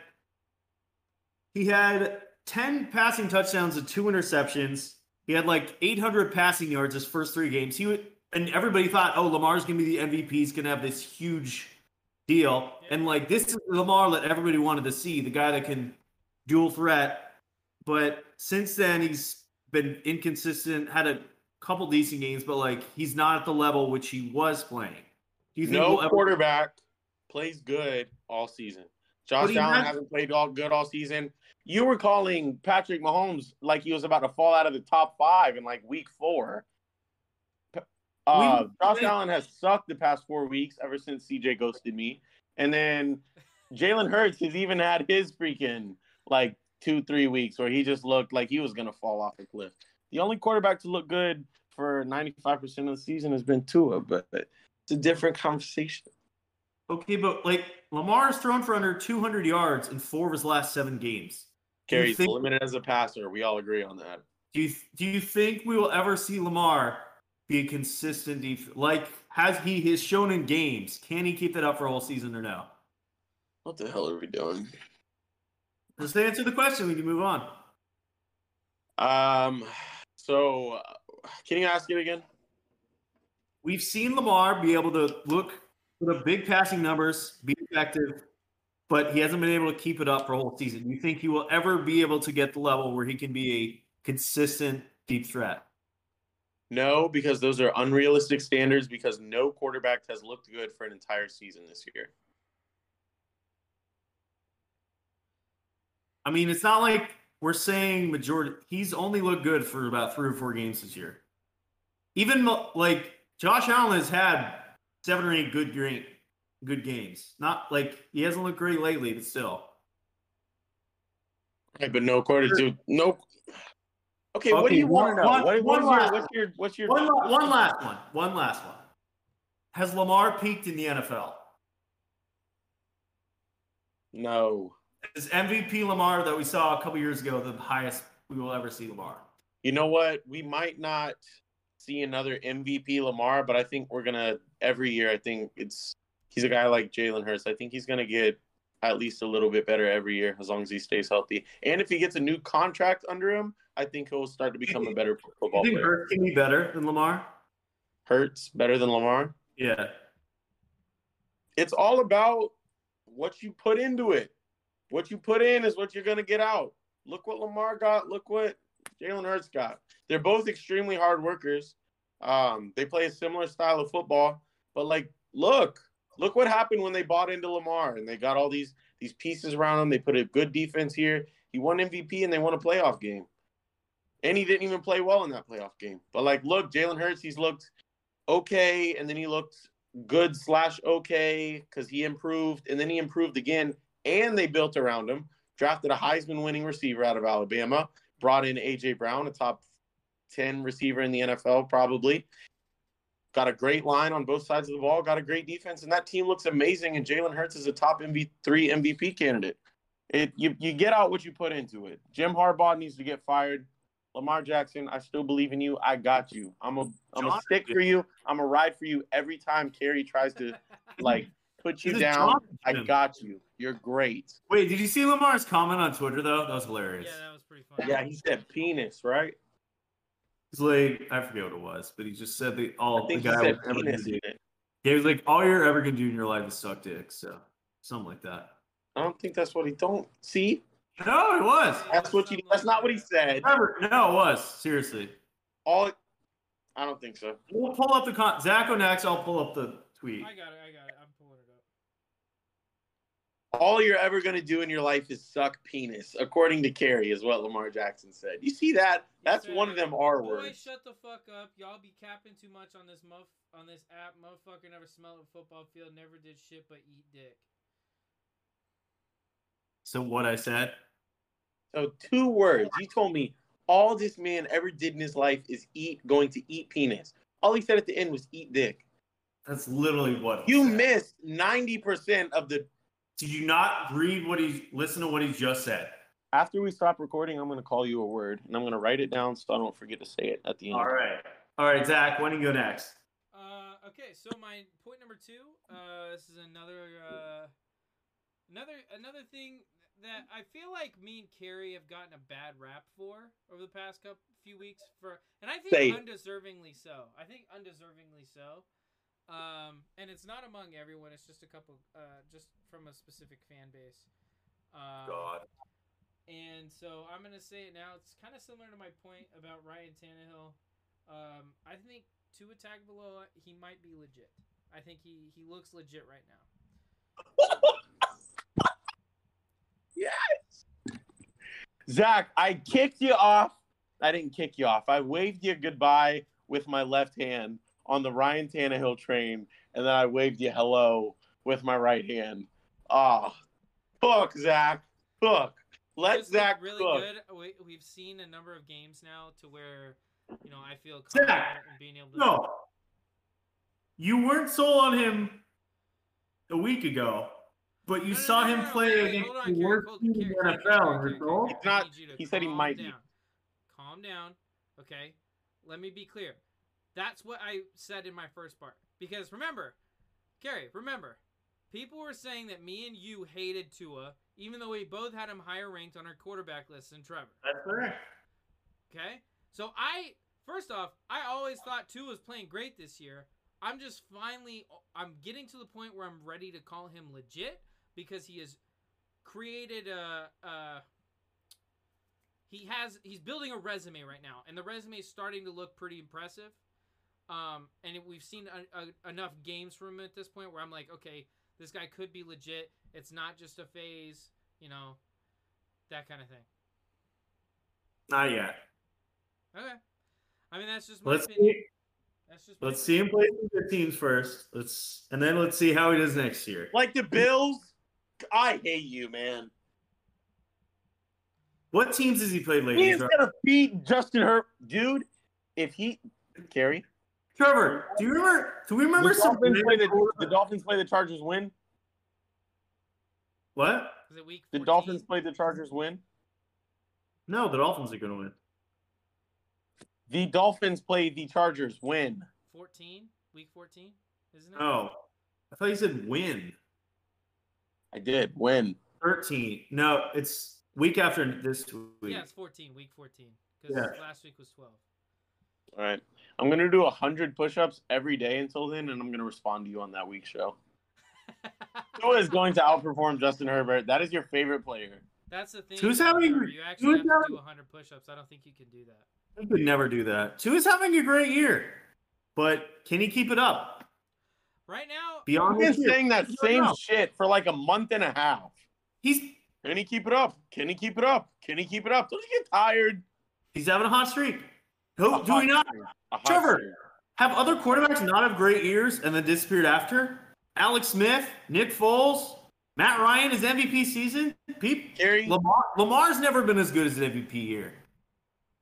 he had 10 passing touchdowns and two interceptions. He had like 800 passing yards his first three games. He would, and everybody thought, oh, Lamar's gonna be the MVP. He's gonna have this huge deal. And like this is the Lamar that everybody wanted to see, the guy that can dual threat. But since then, he's been inconsistent. Had a couple decent games, but like he's not at the level which he was playing. Do you think
No
we'll ever-
quarterback plays good all season. Josh
he
Allen
has-
hasn't played all good all season. You were calling Patrick Mahomes like he was about to fall out of the top five in like week four. P- Uh,
We-
Josh Allen has sucked the past four weeks ever since CJ ghosted me, and then Jalen Hurts has even had his freaking like two three weeks where he just looked like he was gonna fall off a cliff. The only quarterback to look good for ninety five percent of the season has been Tua, but it's a different conversation.
Okay, but like Lamar's thrown for under 200 yards in four of his last seven games. Do you
Gary's
think-
limited as a passer. We all agree on that.
Do you do you think we will ever see Lamar be a consistent def- like has he has shown in games? Can he keep that up for a whole season or no?
What the hell are we doing?
Just answer the question. We can move on.
Um, so uh, can you ask it again?
We've seen Lamar be able to look for the big passing numbers, be effective, but he hasn't been able to keep it up for a whole season. Do you think he will ever be able to get the level where he can be a consistent deep threat?
No, because those are unrealistic standards. Because no quarterback has looked good for an entire season this year.
I mean, it's not like we're saying majority. He's only looked good for about three or four games this year. Even mo- like Josh Allen has had seven or eight good green, good games. Not like he hasn't looked great lately, but still.
Right, but no quarter two. No. Okay, what
Okay,
do you want
one-
to know?
one-
What-
one
what's,
last-
your, what's your what's your
One, la- one last one. One last one. Has Lamar peaked in the NFL?
no?
Is MVP Lamar that we saw a couple years ago the highest we will ever see Lamar?
You know what? We might not see another MVP Lamar, but I think we're gonna every year. I think it's he's a guy like Jalen Hurts. I think he's gonna get at least a little bit better every year as long as he stays healthy. And if he gets a new contract under him, I think he'll start to become a better
You
football
think
player.
Hurts can be better than Lamar?
Hurts better than Lamar.
Yeah.
It's all about what you put into it. What you put in is what you're gonna get out. Look what Lamar got. Look what Jalen Hurts got. They're both extremely hard workers. Um, they play a similar style of football, but like, look, look what happened when they bought into Lamar and they got all these these pieces around him. They put a good defense here. He won MVP and they won a playoff game, and he didn't even play well in that playoff game. But like, look, Jalen Hurts, he's looked okay, and then he looked good slash okay because he improved, and then he improved again, and they built around him. Drafted a Heisman winning receiver out of Alabama, brought in AJ Brown, a top 10 receiver in the NFL, probably. Got a great line on both sides of the ball, got a great defense, and that team looks amazing. And Jalen Hurts is a top MV3 MVP candidate. It, you, you get out what you put into it. Jim Harbaugh needs to get fired. Lamar Jackson, I still believe in you. I got you. I'm a I'm a
John-
stick for you. I'm a ride for you every time Kerry tries to like put you
This is
down. I
Jonathan.
got you. You're great.
Wait, did you see Lamar's comment on Twitter though? That was
Yeah,
hilarious.
that was pretty funny.
Yeah, he said penis, right?
He's like, I forget what it was, but he just said that all
I
the
think he
guy
said
was ever gonna
penis.
do.
in it.
Yeah, he was like, all you're ever gonna do in your life is suck dick, so something like that.
I don't think that's what he don't see.
No, it was.
That's what you. That's not what he said.
Trevor, no, it was. Seriously.
All. I don't think so.
We'll pull up the con Zach next, I'll pull up the tweet.
I got it. I got it. I'm pulling it up.
All you're ever gonna do in your life is suck penis, according to Carrie, is what Lamar Jackson said. You see that?
He
That's
said,
one of them R
Boys,
words.
shut the fuck up. Y'all be capping too much on this muff on this app. Motherfucker never smelled a football field. Never did shit but eat dick.
So what I said.
So two words. He told me all this man ever did in his life is eat, going to eat penis. All he said at the end was eat dick.
That's literally what he
You
said.
missed ninety percent of the.
Did you not read what he listen to what he just said?
After we stop recording, I'm gonna call you a word, and I'm gonna write it down so I don't forget to say it at the end.
All right. All right, Zach, why don't you go next?
Uh, okay, so my point number two. Uh, this is another uh, another another thing that I feel like me and Carrie have gotten a bad rap for over the past couple few weeks for, and I think
Say it.
undeservingly so. I think undeservingly so. Um, and it's not among everyone. It's just a couple, uh, just from a specific fan base. Um, and so I'm gonna say it now. It's kind of similar to my point about Ryan Tannehill. Um, I think Tua Tagovailoa, he might be legit. I think he he looks legit right now.
Zach, I kicked you off. I didn't kick you off. I waved you goodbye with my left hand on the Ryan Tannehill train, and then I waved you hello with my right hand. Ah, cook, Zach, cook. Let
Just look
Zach
really
cook.
good. We, we've seen a number of games now to where you know I feel
Zach,
confident in being able to.
No. You weren't sold on him a week ago, but you
No, no,
saw
no,
him
no, no,
play
wait, wait,
against
hold on,
the
Carrie,
worst
hold-
team in
Carrie,
the
Carrie,
NFL,
Carrie, Carrie,
Rizzo.
Carrie,
It's not-
I need you to
he said he
calm
might be.
down. Calm down. Okay. Let me be clear. That's what I said in my first part. Because remember, Carrie, remember, people were saying that me and you hated Tua, even though we both had him higher ranked on our quarterback list than Trevor.
That's correct.
Okay? So I first off, I always thought Tua was playing great this year. I'm just finally I'm getting to the point where I'm ready to call him legit because he has created a, a he has he's building a resume right now and the resume is starting to look pretty impressive. Um, and we've seen a, a, enough games from him at this point where I'm like, okay, this guy could be legit. It's not just a phase, you know, that kind of thing.
Not yet.
Okay. I mean, that's just my
Let's
opinion.
see,
That's just my
let's see
opinion.
him play some good teams first. Let's and then let's see how he does next year.
Like the Bills, I hate you, man.
What teams has he played
He
lately?
is
Trevor?
gonna beat Justin Herbert, dude. If he, Gary,
Trevor, do you remember? Do we
the
remember some?
Dolphins, play the, the Dolphins play the Chargers win.
What?
Is it week
The
14?
Dolphins play the Chargers win.
No, the Dolphins are going to win.
The Dolphins play the Chargers win.
14? Week 14? Isn't it?
Oh, I thought you said win.
I did win.
13. No, it's week after this week.
Yeah, it's 14. Week 14. Because
Yeah.
last week was 12.
All right. I'm gonna do hundred push-ups every day until then, and I'm gonna respond to you on that week show. Who is going to outperform Justin Herbert? That is your favorite player.
That's the thing.
Who's
Trevor,
having-
You actually have
who's
to do
having-
100 push-ups. I don't think you can do that.
I could never do that. Tua's having a great year, but can he keep it up?
Right now,
I've
Beyond
been
this year?
saying that
I don't
same
know.
shit for like a month and a half.
He's
Can he keep it up? Can he keep it up? Can he keep it up? Don't you get tired?
he's having a hot streak.
A
Who do
hot
we not
streak. A hot
Trevor.
streak.
have other quarterbacks not have great years and then disappeared after? Alex Smith, Nick Foles, Matt Ryan his MVP season. Peep
Gary,
Lamar Lamar's never been as good as an MVP year.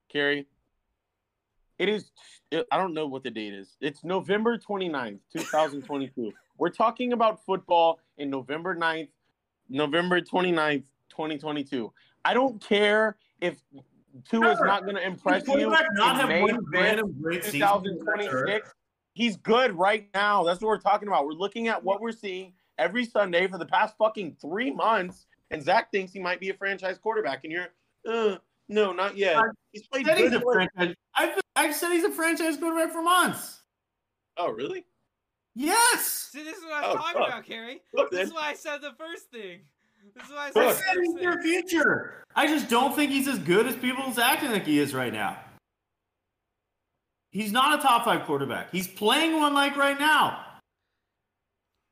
Carrie. It is, it- I don't know what the date is. It's November 29th, 2022. We're talking about football in November 9th, November 29th, 2022. I don't care if two is
Trevor,
not going to impress
Does
you.
quarterback not
in
have
May
one
5th,
random great season?
2026. He's good right now. That's what we're talking about. We're looking at what we're seeing every Sunday for the past fucking three months, and Zach thinks he might be a franchise quarterback, and you're, uh, no, not yet. He's
I
played
said he's
good.
a franchise. I've, I've said he's a franchise quarterback for months.
oh, really?
Yes.
see, this is what I was
Oh,
talking
fuck.
about, Carrie.
Look,
This
then.
is why I said the first thing. This is why I said
I
Look.
the
said he's
first
their
thing.
future. I just don't think he's as good as people's acting like he is right now. He's not a top five quarterback. He's playing one like right now.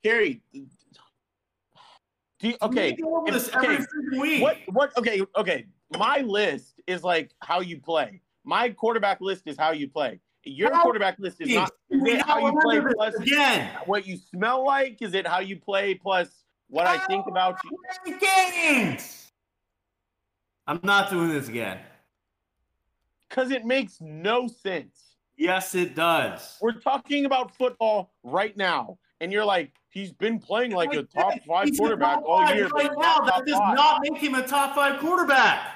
Carrie. Do you, okay.
We go over
if-
this every
okay.
freaking week.
What? What? Okay. Okay. My list is like how you play. My quarterback list is how you play. Your
How-
quarterback list is not.
We
is it
not
how you play
remember
plus
this again.
what you smell like? Is it how you play plus what I think about you?
Games. I'm not doing this again.
Because it makes no sense.
Yes, it does.
We're talking about football right now, and you're like, he's been playing like a top five
He's a
quarterback
top
all
five
year. but
Right
he's
now,
not
that
top
does
five."
not make him a top five quarterback.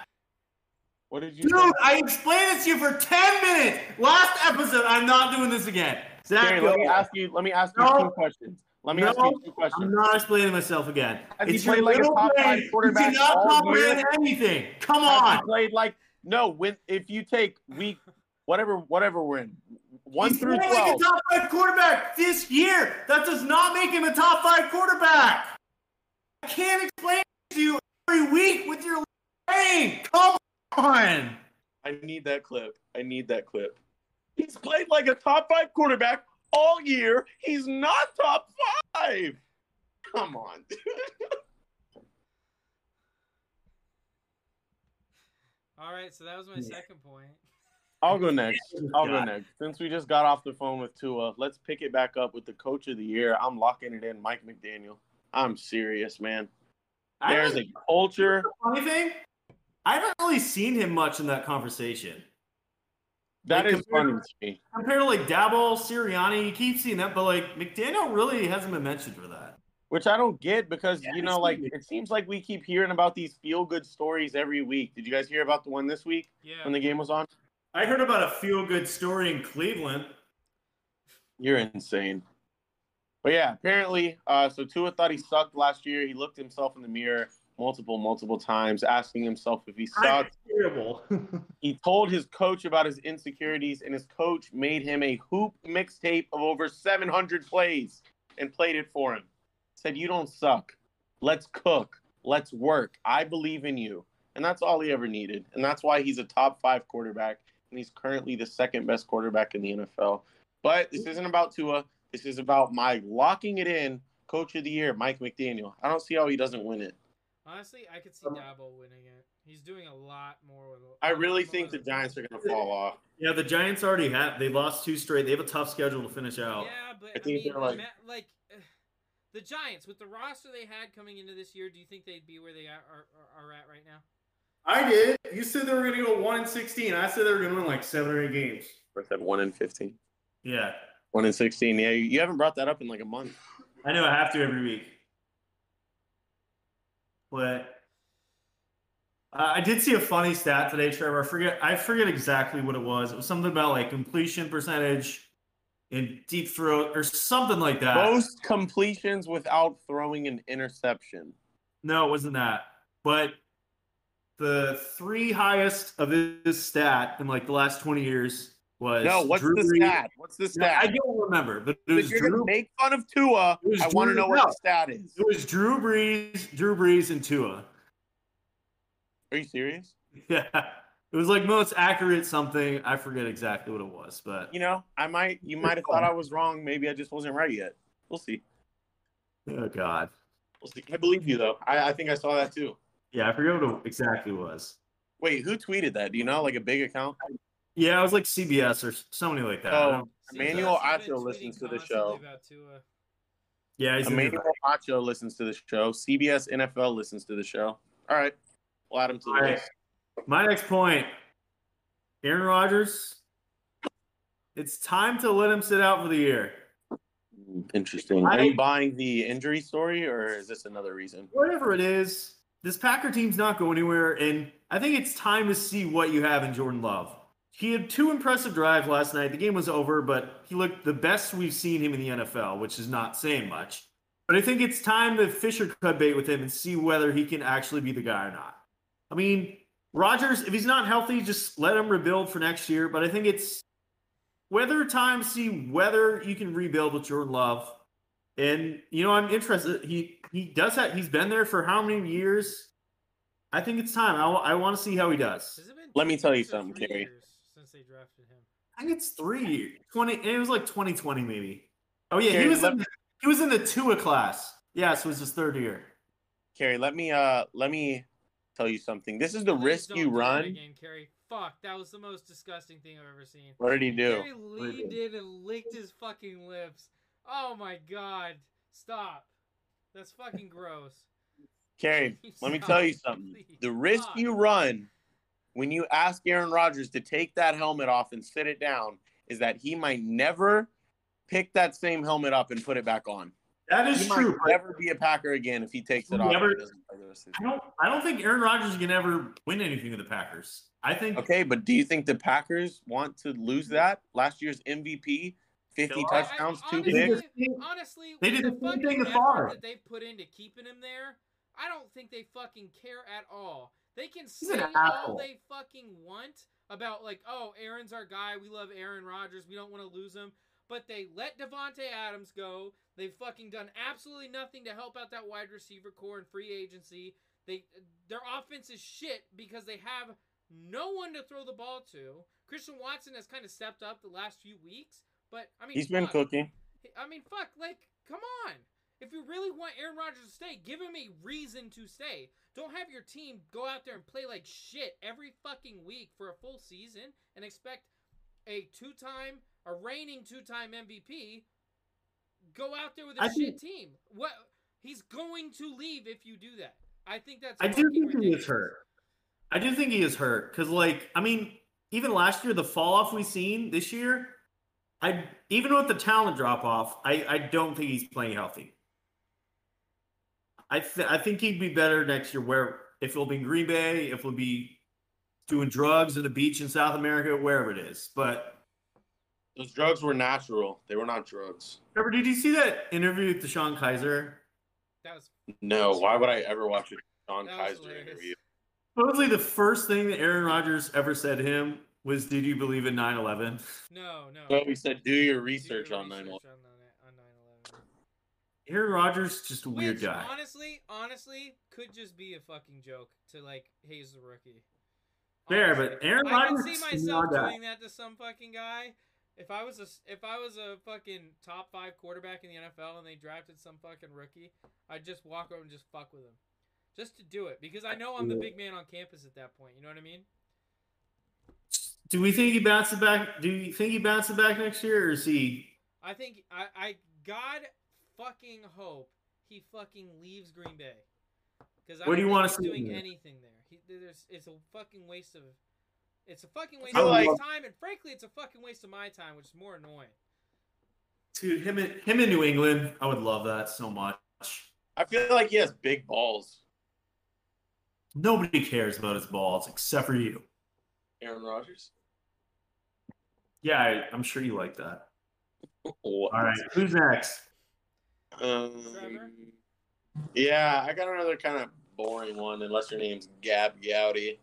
What did you?
Dude,
say?
I explained it to you for 10 minutes. Last episode, I'm not doing this again. Zach,
Gary,
go.
let me ask you. Let me ask you
No.
two questions. Let me ask you
No.
two
I'm
questions.
not explaining myself again.
Has he
it's your
played like a
little
top five
brain.
quarterback
You cannot
all
comprehend
year?
anything. Come
Has
on.
he played like no. When if you take week whatever whatever we're in one
He's
through
playing like
twelve.
a top five quarterback this year. That does not make him a top five quarterback. I can't explain it to you every week with your brain. Come on.
I need that clip. I need that clip. He's played like a top five quarterback all year. He's not top five. Come on. dude.
All right, so that was my
Yeah.
second point.
I'll go next. I'll go
God.
next. Since we just got off the phone with Tua, let's pick it back up with the coach of the year. I'm locking it in, Mike McDaniel. I'm serious, man.
I
There's a culture.
funny thing, I haven't really seen him much in that conversation.
That
Like,
is funny to me.
Compared to like Dabble, Sirianni, you keep seeing that, but like McDaniel really hasn't been mentioned for that.
Which I don't get because
Yeah,
you
it's
know, like
weird.
it seems like we keep hearing about these feel good stories every week. Did you guys hear about the one this week
Yeah.
when the game was on?
I heard about a feel good story in Cleveland.
You're insane. But yeah, apparently, uh, so Tua thought he sucked last year. He looked himself in the mirror multiple, multiple times, asking himself if he
I'm
sucked.
terrible.
He told his coach about his insecurities, and his coach made him a hoop mixtape of over 700 plays and played it for him. Said, You don't suck. Let's cook. Let's work. I believe in you. And that's all he ever needed. And that's why he's a top five quarterback. And he's currently the second best quarterback in the NFL. But this isn't about Tua. This is about my locking it in coach of the year, Mike McDaniel. I don't see how he doesn't win it.
Honestly, I could see
Um,
Dabo winning it. He's doing a lot more with.
I really think the Giants are going to fall off.
yeah, the Giants already have. They lost two straight. They have a tough schedule to finish out.
Yeah, but
I
I,
think
mean,
they're like-
ima- like uh, the Giants with the roster they had coming into this year, do you think they'd be where they are, are, are at right now?
I did. You said they were going to go one and sixteen. I said they were going to win like seven or eight games.
What's that? One in fifteen.
Yeah,
One in sixteen. Yeah, you you haven't brought that up in like a month.
I know I have to every week. But uh, I did see a funny stat today, Trevor. I forget I forget exactly what it was. It was something about like completion percentage in deep throat or something like that.
Most completions without throwing an interception.
No, it wasn't that. But the three highest of this stat in like the last 20 years was
No, what's
uh, Drew
the
Brees-
stat? What's the
No, I
stat?
don't remember, but it
If
was
you're gonna
Drew
make fun of Tua,
It was
I want to
Drew-
know what
no.
the stat is.
It was Drew Brees, Drew Brees, and Tua.
Are you serious?
Yeah, it was like most accurate something. I forget exactly what it was, but
You know, I might. You might have thought I was wrong. Maybe I just wasn't right yet. We'll see.
oh god,
We'll see. I believe you though. I, I think I saw that too.
yeah, I forget what it exactly was.
Wait, who tweeted that? Do you know? Like a big account?
Yeah, it was like CBS or somebody like that. I
Oh,
don't-
Emmanuel
I've been
Acho
tweeting
listens to the
constantly
show.
about Tua.
yeah, he's in the-
Emmanuel Macho listens to the show. CBS NFL listens to the show. All right, we'll add him to the
All right.
list.
My next point, Aaron Rodgers. It's time to let him sit out for the year.
Interesting.
I-
Are you buying the injury story, or is this another reason?
Whatever it is, this Packer team's not going anywhere, and I think it's time to see what you have in Jordan Love. He had two impressive drives last night. The game was over, but he looked the best we've seen him in the NFL, which is not saying much. But I think it's time to Fisher cut bait with him and see whether he can actually be the guy or not. I mean, Rodgers, if he's not healthy, just let him rebuild for next year. But I think it's whether time see whether you can rebuild with Jordan Love. And you know, I'm interested. He he does that. He's been there for how many years? I think it's time. I, wa- I want to see how he does.
Has it been
Let me
two
tell you
years or
something,
three
Kerry.
years Since they drafted him.
I think it's three years. Twenty. It was like 2020 maybe. Oh yeah, he
Jared,
was
let-
in, the- he was in the Tua class. Yeah, so it was his third year.
Carrie, let me uh let me tell you something. This is the
Please
risk
don't
you
do that
run.
Again, Kerry. Fuck, that was the most disgusting thing I've ever seen.
What did he do?
Kerry
did he
leaned in and licked his fucking lips. Oh my god. Stop. That's fucking gross.
Carrie, let me
Stop,
tell you something.
please.
The risk
Fuck.
you run when you ask Aaron Rodgers to take that helmet off and sit it down is that he might never pick that same helmet up and put it back on.
That
He
is
might
true. but
never be a Packer again if he takes it off.
Never-
and doesn't play the rest of the
I don't. I don't think Aaron Rodgers can ever win anything with the Packers. I think.
season. Okay, but do you think the Packers want to lose that? Last year's MVP, 50
No, I- I-
touchdowns, two
They
honestly-
picks.
did the same-
Honestly,
They
with
did the same
fucking
thing to
effort
Favre.
that they put into keeping him there. I don't think they fucking care at all. They can
an
say all
asshole.
they fucking want about like, oh, Aaron's our guy. We love Aaron Rodgers. We don't want to lose him. But they let Devonte Adams go. They've fucking done absolutely nothing to help out that wide receiver core and free agency. They their offense is shit because they have no one to throw the ball to. Christian Watson has kind of stepped up the last few weeks, but I mean
He's been
fuck.
cooking.
I mean, fuck, like, come on. If you really want Aaron Rodgers to stay, give him a reason to stay. Don't have your team go out there and play like shit every fucking week for a full season and expect a two-time, a reigning two-time MVP go out there with a
I
shit
think-
team. What he's going to leave if you do that. I think that's
I do
fucking
think he
ridiculous.
is hurt. I do think he is hurt because, like, I mean, even last year, the fall off we seen this year, I even with the talent drop off, I, I don't think he's playing healthy. I th- I think he'd be better next year. Where if it'll be in Green Bay, if it'll be doing drugs at a beach in South America, wherever it is. But
Those drugs were natural. They were not drugs.
Trevor, did you see that interview with Deshaun Kaiser?
That was
No, why would I ever watch a John
that was
Kaiser
hilarious.
interview?
Supposedly, the first thing that Aaron Rodgers ever said to him was, "Did you believe in 9/11?"
No, no.
So he said, "Do your
Do your
research on 9
research
11
on the- on 9/11.
Aaron Rodgers just a weird
Which,
guy.
Honestly, honestly, could just be a fucking joke to like haze the rookie.
Fair,
Honestly.
but Aaron
I can
Rodgers
see
is
myself
not that.
doing that to some fucking guy. If I was a s- if I was a fucking top five quarterback in the NFL and they drafted some fucking rookie, I'd just walk over and just fuck with him, just to do it because I know I'm the big man on campus at that point. You know what I mean?
Do we think he bounces back? Do you think he bounces back next year, or is he?
I think I, I God fucking hope he fucking leaves Green Bay. Because
Where do you wanna see him
doing
there?
anything there? He, there's it's a fucking waste of it's a fucking waste
I
of his
like-
time, and frankly, it's a fucking waste of my time, which is more annoying.
Dude, him in him in New England, I would love that so much.
I feel like he has big balls,
Nobody cares about his balls except for you.
Aaron Rodgers.
Yeah, I, I'm sure you like that.
What?
All right, who's next?
Trevor?
Um, yeah, I got another kind of boring one, unless your name's Gab Gowdy.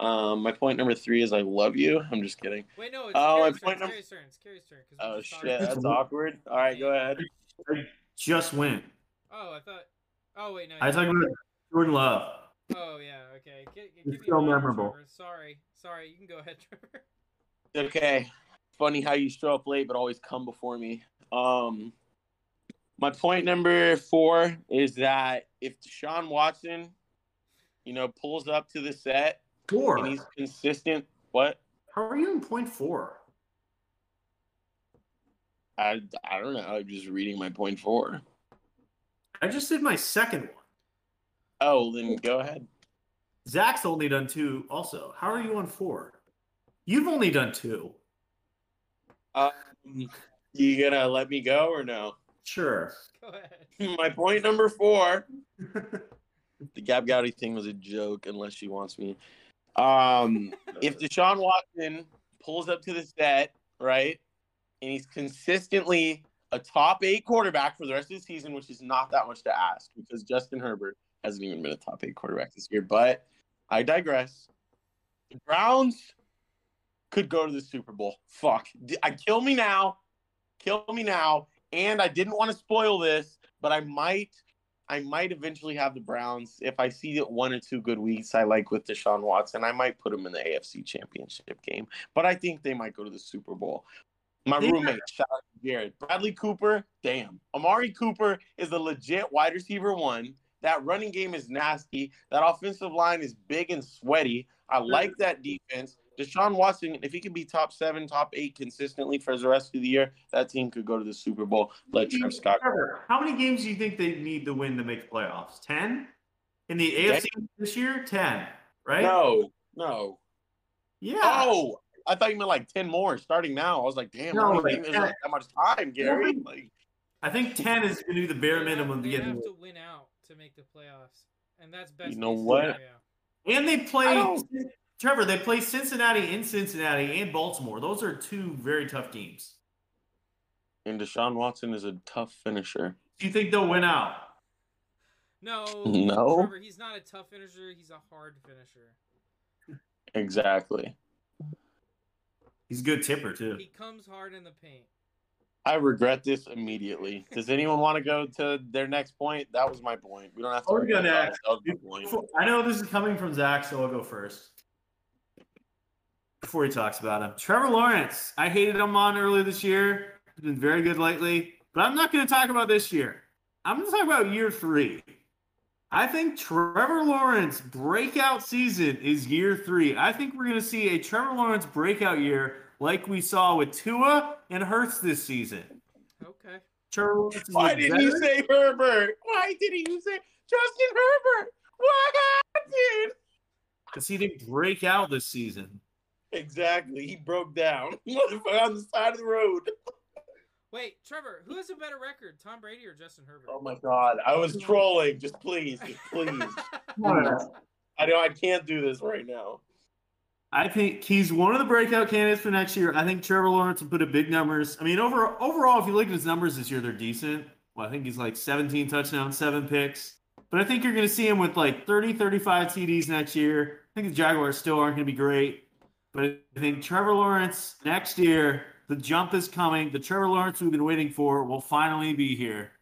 Um, my point number three is I love you. I'm just kidding.
Wait, no, it's Carrie's
Oh,
turn.
my point
It's
number-
Carrie's turn. It's Carrie's turn. 'cause we
Oh
just
shit,
talked about-
that's awkward. All right, go ahead.
Just win.
Oh, I thought. Oh wait, no.
I
you-
talk about Jordan Love.
Oh yeah, okay. G- g-
It's
give me
so
a moment,
memorable.
Trevor. Sorry, sorry. You can go ahead, Trevor.
It's okay. Funny how you show up late but always come before me. Um my point number four is that if Deshaun Watson, you know, pulls up to the set
Four.
and he's consistent, what?
How are you in point four?
I, I don't know. I'm just reading my point four.
I just did my second one.
Oh, then go ahead.
Zach's only done two. Also, how are you on four? You've only done two.
Um, you gonna let me go or no?
Sure.
Go ahead.
My point number four. the Gab Gowdy thing was a joke, unless she wants me. Um, if Deshaun Watson pulls up to the set, right, and he's consistently a top eight quarterback for the rest of the season, which is not that much to ask because Justin Herbert hasn't even been a top eight quarterback this year. But I digress. The Browns could go to the Super Bowl. Fuck. D- I kill me now. Kill me now. And I didn't want to spoil this, but I might I might eventually have the Browns if I see that one or two good weeks I like with Deshaun Watson. I might put them in the AFC Championship game, but I think they might go to the Super Bowl. My
Yeah.
roommate, shout out to Jared, Bradley Cooper. Damn, Amari Cooper is a legit wide receiver one. That running game is nasty. That offensive line is big and sweaty. I like that defense. Deshaun Watson, if he could be top seven, top eight consistently for the rest of the year, that team could go to the Super Bowl. Let Trev Scott.
Trevor, How many games do you think they need to win to make the playoffs? Ten in the AFC this year. Ten, right?
No, no,
Yeah.
Oh, I thought you meant like ten more starting now. I was like, damn,
No,
I don't
like
think there's
ten.
like that much time, Gary. Like,
I think ten is going to be the bare minimum to
They
get
have
in.
to win out to make the playoffs, and that's best.
know
case
what?
scenario.
And they
I
play
don't-
Trevor. They play Cincinnati in Cincinnati and Baltimore. Those are two very tough games.
and Deshaun Watson is a tough finisher.
Do you think they'll win out?
No,
No.
Trevor, he's not a tough finisher. He's a hard finisher.
Exactly.
He's a good tipper too.
He comes hard in the paint.
I regret this immediately. Does anyone want to go to their next point? That was my point. We don't have to.
I'll go
about
next.
it. That was my point.
I know this is coming from Zach, so I'll go first. Before he talks about him, Trevor Lawrence. I hated him on earlier this year. He's been very good lately, but I'm not going to talk about this year. I'm going to talk about year three. I think Trevor Lawrence breakout season is year three. I think we're going to see a Trevor Lawrence breakout year like we saw with Tua and Hurts this season.
Okay.
Trevor Lawrence is
Why
a
didn't you
veteran.
say Herbert? Why didn't you say Justin Herbert? What happened?
Because he didn't break out this season.
Exactly. He broke down. Motherfucker on the side of the road.
Wait, Trevor, who has a better record, Tom Brady or Justin Herbert?
Oh my god, I was trolling. Just please, just please. I know I can't do this right now.
I think he's one of the breakout candidates for next year. I think Trevor Lawrence will put up big numbers. I mean, over, overall, if you look at his numbers this year, they're decent. Well, I think he's like 17 touchdowns, seven picks. But I think you're going to see him with like 30, 35 TDs next year. I think the Jaguars still aren't going to be great. But I think Trevor Lawrence next year, the jump is coming. The Trevor Lawrence we've been waiting for will finally be here.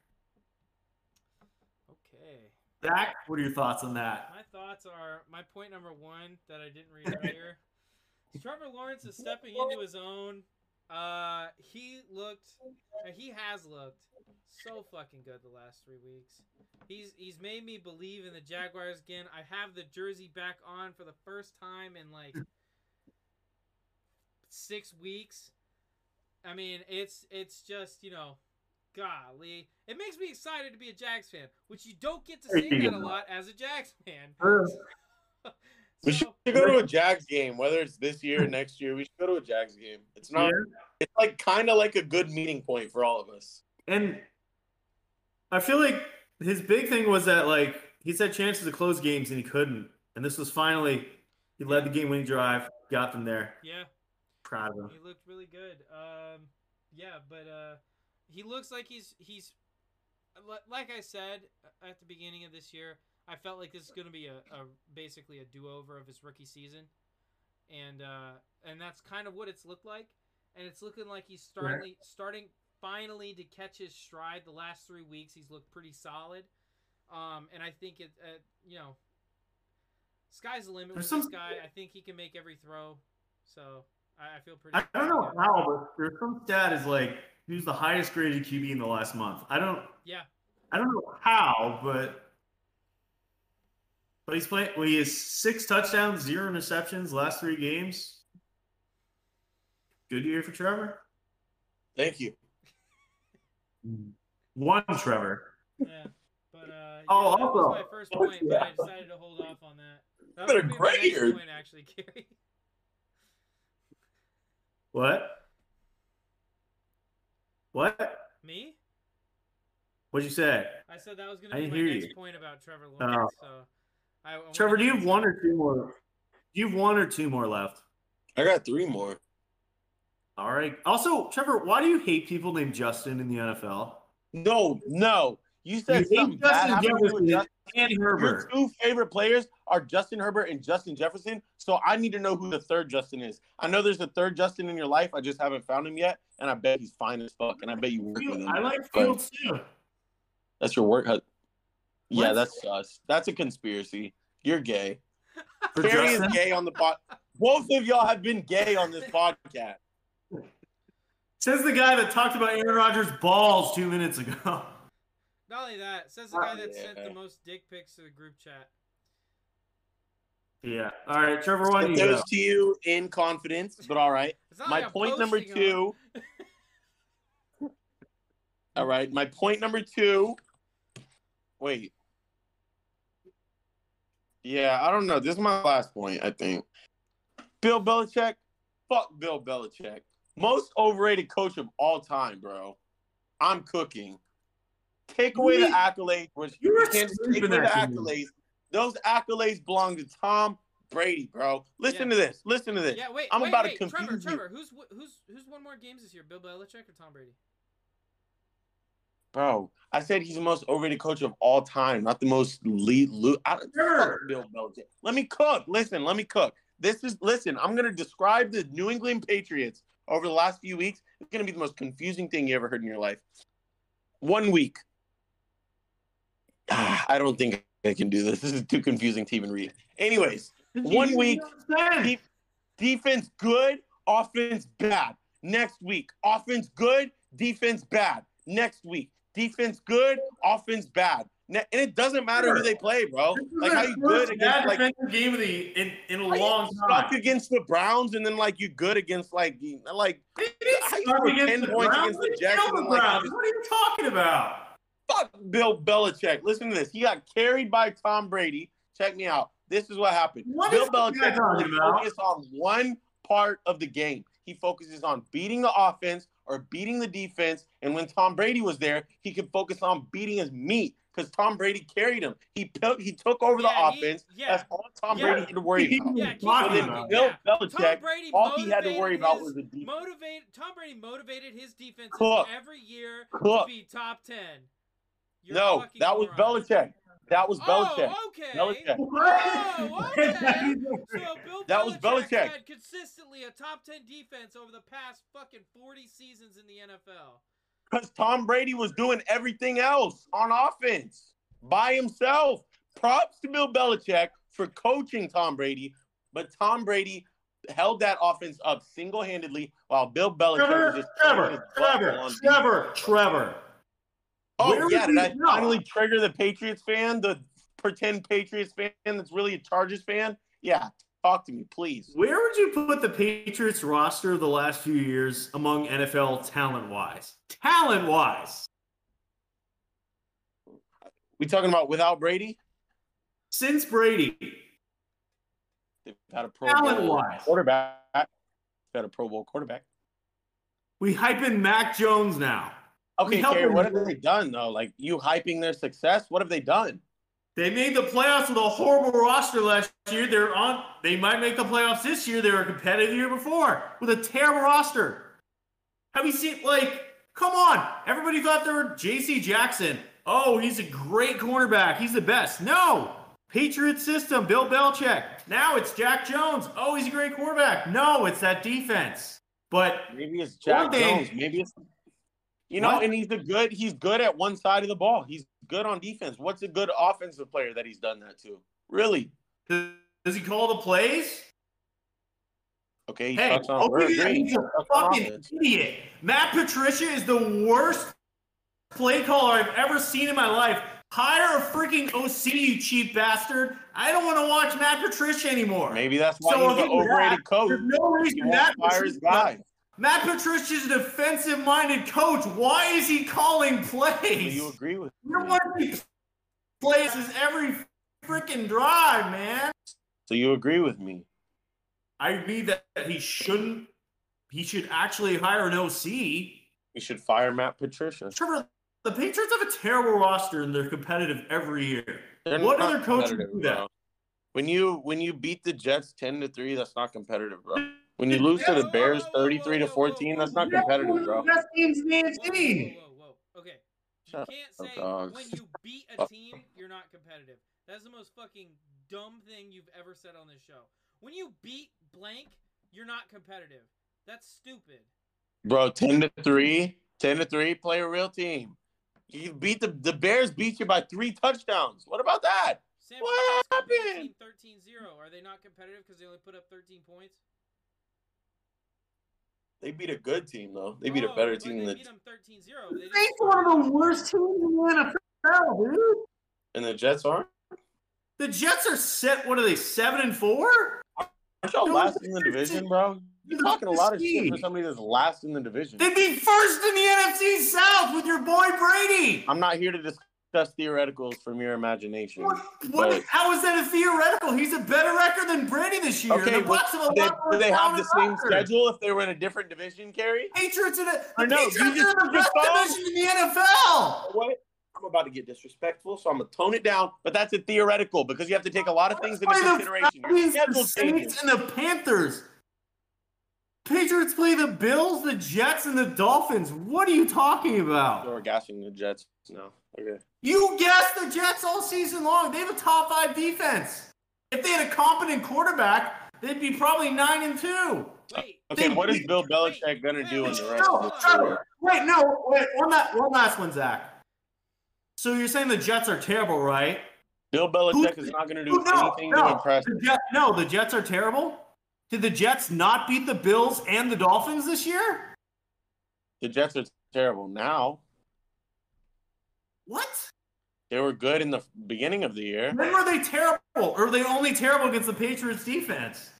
Okay.
Zach, what are your thoughts on that?
My thoughts are my point number one that I didn't read earlier. Trevor Lawrence is stepping into his own. Uh, he looked, uh, he has looked so fucking good the last three weeks. He's he's made me believe in the Jaguars again. I have the jersey back on for the first time in like six weeks. I mean, it's it's just you know, Golly, it makes me excited to be a Jags fan, which you don't get to say that a lot as a Jags fan.
Sure.
We should
So,
go to a Jags game, whether it's this year or next year. We should go to a Jags game. It's not. It's like kind of like a good meeting point for all of us.
And I feel like his big thing was that like he's had chances to close games and he couldn't. And this was finally he led the game winning drive, got them there.
yeah,
Proud of him.
He looked really good. Um, yeah, but uh, he looks like he's he's li- like I said uh, at the beginning of this year. I felt like this is going to be a, a basically a do over of his rookie season, and uh, and that's kind of what it's looked like. And it's looking like he's starting starting finally to catch his stride. The last three weeks, he's looked pretty solid. Um, and I think it, uh, you know, sky's the limit with
There's some-
this guy. I think he can make every throw. So I, I feel pretty.
I don't know how, but there's some stat is like he was the highest graded QB in the last month. I don't
Yeah,
I don't know how, but but he's playing. Well, he has six touchdowns, zero interceptions, last three games. Good year for Trevor.
Thank you.
One Trevor.
yeah. But uh, yeah,
Oh,
that
also-
was my first point, but I decided to hold off on that. That
It's been
was
a
gonna be
great
my next
year.
point, actually, Gary.
What? What?
Me?
What'd you say?
I said that was going
I
to be
didn't
my
hear
next
you. Oh.
point about Trevor Lawrence. So, I, I wanted
Trevor,
to
do you
get
have
to-
one or two more? Do you have one or two more left?
I got three more.
All right. Also, Trevor, why do you hate people named Justin in the NFL?
No, no. You
You
said
hate
something bad
Justin
happened to
Jefferson.
Justin.
And
Your
Herbert.
two favorite players are Justin Herbert and Justin Jefferson. So I need to know who the third Justin is. I know there's a third Justin in your life. I just haven't found him yet, and I bet he's fine as fuck. And I bet you work with him.
I like
But
Fields too.
That's your work. hu- Yeah,
What?
that's us. That's a conspiracy. You're gay.
For
Terry is
Justin?
gay on the pod. Both of y'all have been gay on this podcast.
Says the guy that talked about Aaron Rodgers' balls two minutes ago.
Not only that, says the guy that sent
Yeah.
the most dick pics to the group chat.
Yeah. All right, Trevor, why do
It
you go?
goes to you in confidence, but all right.
It's not
my
like I'm
point number
posting on-
two. all right, my point number two. Wait. Yeah, I don't know. This is my last point. I think Bill Belichick. Fuck Bill Belichick, most overrated coach of all time, bro. I'm cooking. Take away the
Me-
accolades, which
You were
can't just take
screaming
away the
at me.
accolades. Those accolades belong to Tom Brady, bro. Listen
Yeah.
to this. Listen to this.
Yeah, wait.
I'm
wait,
about to
wait. Trevor,
confuse you.
Trevor, who's who's who's won more games this year? Bill Belichick or Tom Brady?
Bro, I said he's the most overrated coach of all time, not the most lead. Lo- I, fuck
Sure.
Bill Belichick. Let me cook. Listen, let me cook. This is listen. I'm gonna describe the New England Patriots over the last few weeks. It's gonna be the most confusing thing you ever heard in your life. One week. Ah, I don't think I can do this. This is too confusing to even read. Anyways, One week,
He,
he- defense good, offense bad. Next week, offense good, defense bad. Next week, defense good, offense bad. Ne- and it doesn't matter who they play, bro. Like how you good against like
game of the in, in a
how you
long
suck
time.
against the Browns, and then like you good against like you- like
They didn't
how you
suck
score 10 points against the
They
Jets
killed
and
the
like-
Browns. What are you talking about?
fuck Bill Belichick. Listen to this. He got carried by Tom Brady. Check me out. This is what happened.
What
Bill
is this guy
Belichick
talking
only
about?
focused on one part of the game. He focuses on beating the offense or beating the defense. And when Tom Brady was there, he could focus on beating his meat because Tom Brady carried him. He pil- he took over
Yeah,
the
he-
offense.
yeah.
That's all Tom
Yeah.
Brady had to worry about.
Yeah, keep
So
talking
then
about.
Bill
Yeah. Tom
Belichick,
Brady
all he had to worry
motivated
about
his-
was the defense.
motivate Tom Brady motivated his defense
Cook.
every year to
Cook.
be top ten. You're a
No,
fucking
that was
moron.
Belichick. That was Belichick.
Oh, okay.
Belichick.
Oh, okay. So Bill
That was Belichick.
had consistently a top ten defense over the past fucking forty seasons in the NFL.
Because Tom Brady was doing everything else on offense by himself. Props to Bill Belichick for coaching Tom Brady, but Tom Brady held that offense up single handedly while Bill Belichick was
Trevor,
just
Trevor,
throwing his butt on defense.
Trevor, Trevor, Trevor. Where
Oh,
was
yeah. Did
he
I
now?
finally trigger the Patriots fan, the pretend Patriots fan that's really a Chargers fan? Yeah. Talk to me, please.
Where would you put the Patriots roster the last few years among NFL talent wise? Talent wise.
We talking about without Brady?
Since Brady,
They've had a Pro
talent
Bowl
wise,
quarterback. They've had a Pro Bowl quarterback.
we hyping Mac Jones now.
Okay,
help
Kerry,
him.
what have they done though? Like you hyping their success? What have they done?
They made the playoffs with a horrible roster last year. They're on. They might make the playoffs this year. They were competitive the year before with a terrible roster. Have you seen? Like, come on! Everybody thought they were J.C. Jackson. Oh, he's a great cornerback. He's the best. No, Patriot system. Bill Belichick. Now it's Jack Jones. Oh, he's a great quarterback. No, it's that defense. But
Maybe it's
One
Jack
thing-
Jones. Maybe it's you know,
What?
and he's a good. He's good at one side of the ball. He's good on defense. What's a good offensive player that he's done that to? Really?
does does he call the plays?
Okay, he
Hey,
sucks on we're
OBJ,
agreeing.
he's a
Sucks on
fucking
offense.
idiot. Matt Patricia is the worst play caller I've ever seen in my life. Hire a freaking OC, you cheap bastard. I don't want to watch Matt Patricia anymore.
Maybe that's why
So
he's an
if he's
overrated
that,
coach.
There's no
He
reason Matt
won't fire his guy.
Patricia. Matt Patricia's a defensive-minded coach. Why is he calling
Do
plays?
you agree with?
You're one of these plays every freaking drive, man.
So you agree with me?
I agree that he shouldn't. He should actually hire an OC.
We should fire Matt Patricia.
Trevor, the Patriots have a terrible roster and they're competitive every year.
They're
what
not
other coach would
competitive,
do that?
bro. When you when you beat the Jets ten to three, that's not competitive, bro. When you lose to the Bears thirty three to fourteen, that's not
That's
competitive,
one
bro.
of the best teams in the
Whoa,
NFC.
whoa, whoa, whoa. Okay. You
Shut
can't
up,
say
dog.
when you beat a team, you're not competitive. That's the most fucking dumb thing you've ever said on this show. When you beat blank, you're not competitive. That's stupid.
Bro, 10 to 3, 10 to 3, play a real team. You beat the the Bears beat you by 3 touchdowns. What about that?
San
What
Francisco beat a
happened?
team 13-0. Are they not competitive because they only put up 13 points?
They beat a good team though. They beat
Oh,
a better
but
team
They
than
beat
the,
them 13-0. They just-
Saints are one of the worst teams in the NFL, dude.
and the Jets aren't.
The Jets are set. What are they? Seven and four?
Aren't y'all
No,
last
the
in the
Bears
division,
are-
bro? You're talking a lot of shit for
They
somebody that's last in the division.
be first in the NFC South with your boy Brady.
I'm not here to discuss theoreticals from your imagination.
What, what-
But-
how is that a theoretical? He's a better record than Brady this year.
Okay,
the Bucks have a
They,
lot more
do they have the
talented
same
record.
schedule if they were in a different division, Kerry?
Patriots in a, the
I know, you
Patriots are in
just-
the
you
best
just
division in the NFL.
What? I'm about to get disrespectful, so I'm gonna tone it down. But that's a theoretical because you have to take a lot of things into
Why the
consideration. Your
Falcons, the
schedule changes.
Saints and the Panthers. Patriots play the Bills, the Jets, and the Dolphins. What are you talking
So
about?
we're gassing the Jets now. Okay.
You guessed the Jets all season long. They have a top five defense. If they had a competent quarterback, they'd be probably nine and two.
Wait.
Okay.
They-
What is Bill
wait,
Belichick gonna
wait,
do in
wait,
the
wait,
rest of
No,
the
Trevor,
tour?
wait, no, wait, one, la- one last one, Zach. So you're saying the Jets are terrible, right?
Bill Belichick is not gonna do
Who- Oh, no,
anything
no.
to impress.
The Jet, no, the Jets are terrible. Did the Jets not beat the Bills and the Dolphins this year?
The Jets are terrible now.
What?
They were good in the beginning of the year.
When were they terrible? Or were they only terrible against the Patriots defense?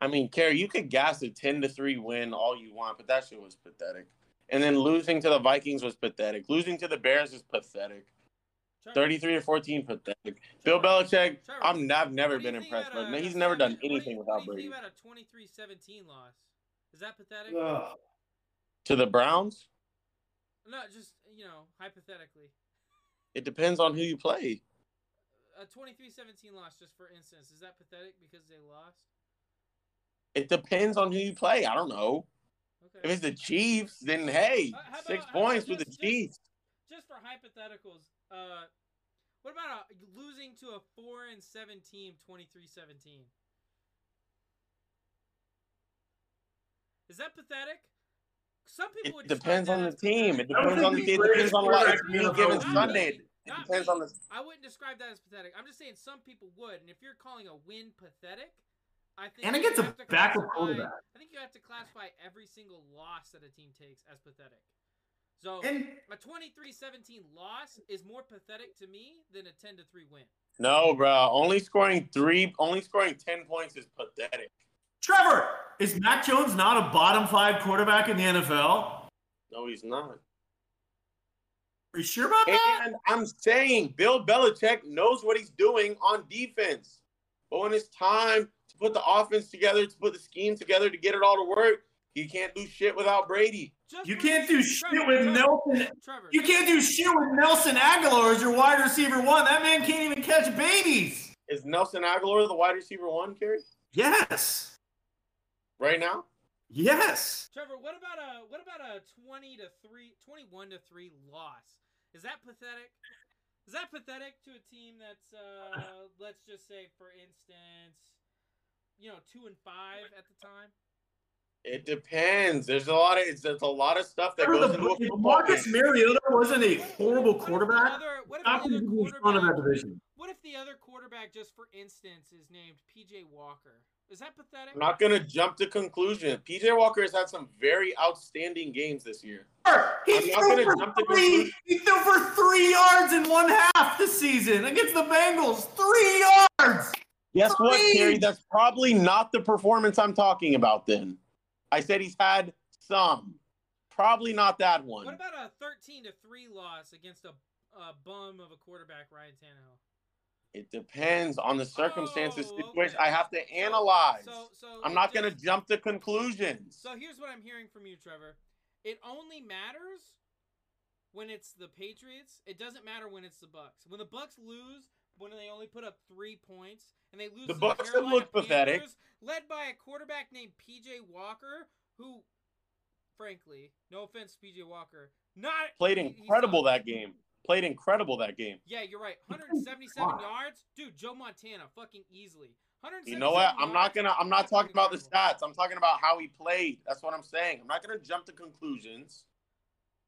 I mean, Kerry, you could gas a ten to three win all you want, but that shit was pathetic. And then losing to the Vikings was pathetic. Losing to the Bears is pathetic.
Trevor,
Thirty-three to fourteen, pathetic. Bill Belichick, I'm I've never
what do you
been
think
impressed
about
by.
a-
He's
a
never done
seven- what do you-
anything without
What do
Brady.
you think about a 23-17 loss? Is that pathetic?
Ugh.
To the Browns,
No, just, you know, hypothetically.
it depends on who you play.
A 23-17 loss, just for instance, is that pathetic because they lost?
It depends on who you play. I don't know.
Okay.
If it's the Chiefs, then hey,
Uh, how
six
about- how
points
about
with the
this- this-
Chiefs.
just for hypotheticals, uh, what about a, losing to a four and seven team, 23-17? Is that pathetic? Some
It
people would just
depends
find
on
that
the
as pathetic.
team. It
I don't
depends on the
think
it
Brady's
depends on a lot of
quarterback
any
in the
given
NFL.
Sunday. It
Not me.
depends on the
I wouldn't describe that as pathetic. I'm just saying some people would, and if you're calling a win pathetic, I think
And
you
against a
have to
backup
classify-
quarterback.
I think you have to classify every single loss that a team takes as pathetic. So
And
a 23-17 loss is more pathetic to me than a 10 to 3 win.
No, bro. Only scoring three, only scoring ten points is pathetic.
Trevor, is Mac Jones not a bottom five quarterback in the NFL?
No, he's not.
you sure about that?
And I'm saying Bill Belichick knows what he's doing on defense. But when it's time to put the offense together, to put the scheme together, to get it all to work, he can't do shit without Brady.
Just
You
for
can't
this-
do shit with Nelson.
Trevor,
You can't do shit with Nelson Aguilar as your wide receiver one. That man can't even catch babies.
Is Nelson Aguilar the wide receiver one, Kerry?
Yes.
Right now?
Yes.
Trevor, what about a what about a 20 to 3 21 to 3 loss? Is that pathetic? Is that pathetic to a team that's uh let's just say for instance, you know, 2 and 5 at the time?
It depends. There's a lot of it's, there's a lot of stuff that goes
Remember the-
into a
if
football
Marcus
game.
Mariota wasn't a horrible
What if the
quarterback.
other- What if the
Falcons
other
would be in front of that
quarterback
division.
What if the other quarterback just for instance is named PJ Walker? Is that pathetic?
I'm not gonna jump to conclusion. PJ Walker has had some very outstanding games this year.
He
I'm not
threw,
gonna
for
jump to
three,
conclusions.
he threw for three yards in one half this season against the Bengals. Three yards.
Guess what,
Three.
Terry? That's probably not the performance I'm talking about then. I said he's had some. Probably not that one.
What about a 13 to 3 loss against a, a bum of a quarterback Ryan Tannehill?
it depends on the circumstances
Oh,
in
okay.
which I have to analyze.
So, so
I'm
it
not going to
just-
jump to conclusions.
So here's what I'm hearing from you, Trevor. It only matters when it's the Patriots. It doesn't matter when it's the Bucks. When the Bucks lose, when they only put up three points, and they lose
The
to
Bucks have
Carolina
looked pathetic.
Panthers, led by a quarterback named PJ Walker, who, frankly, no offense, to PJ Walker, not
Played
he- he
incredible
sucked.
that game. Played incredible that game.
Yeah, you're right. 177
Why?
yards, dude. Joe Montana, fucking easily.
You know what?
177
I'm not
yards,
gonna. I'm not
fucking
talking about the
incredible.
stats. I'm talking about how he played. That's what I'm saying. I'm not gonna jump to conclusions.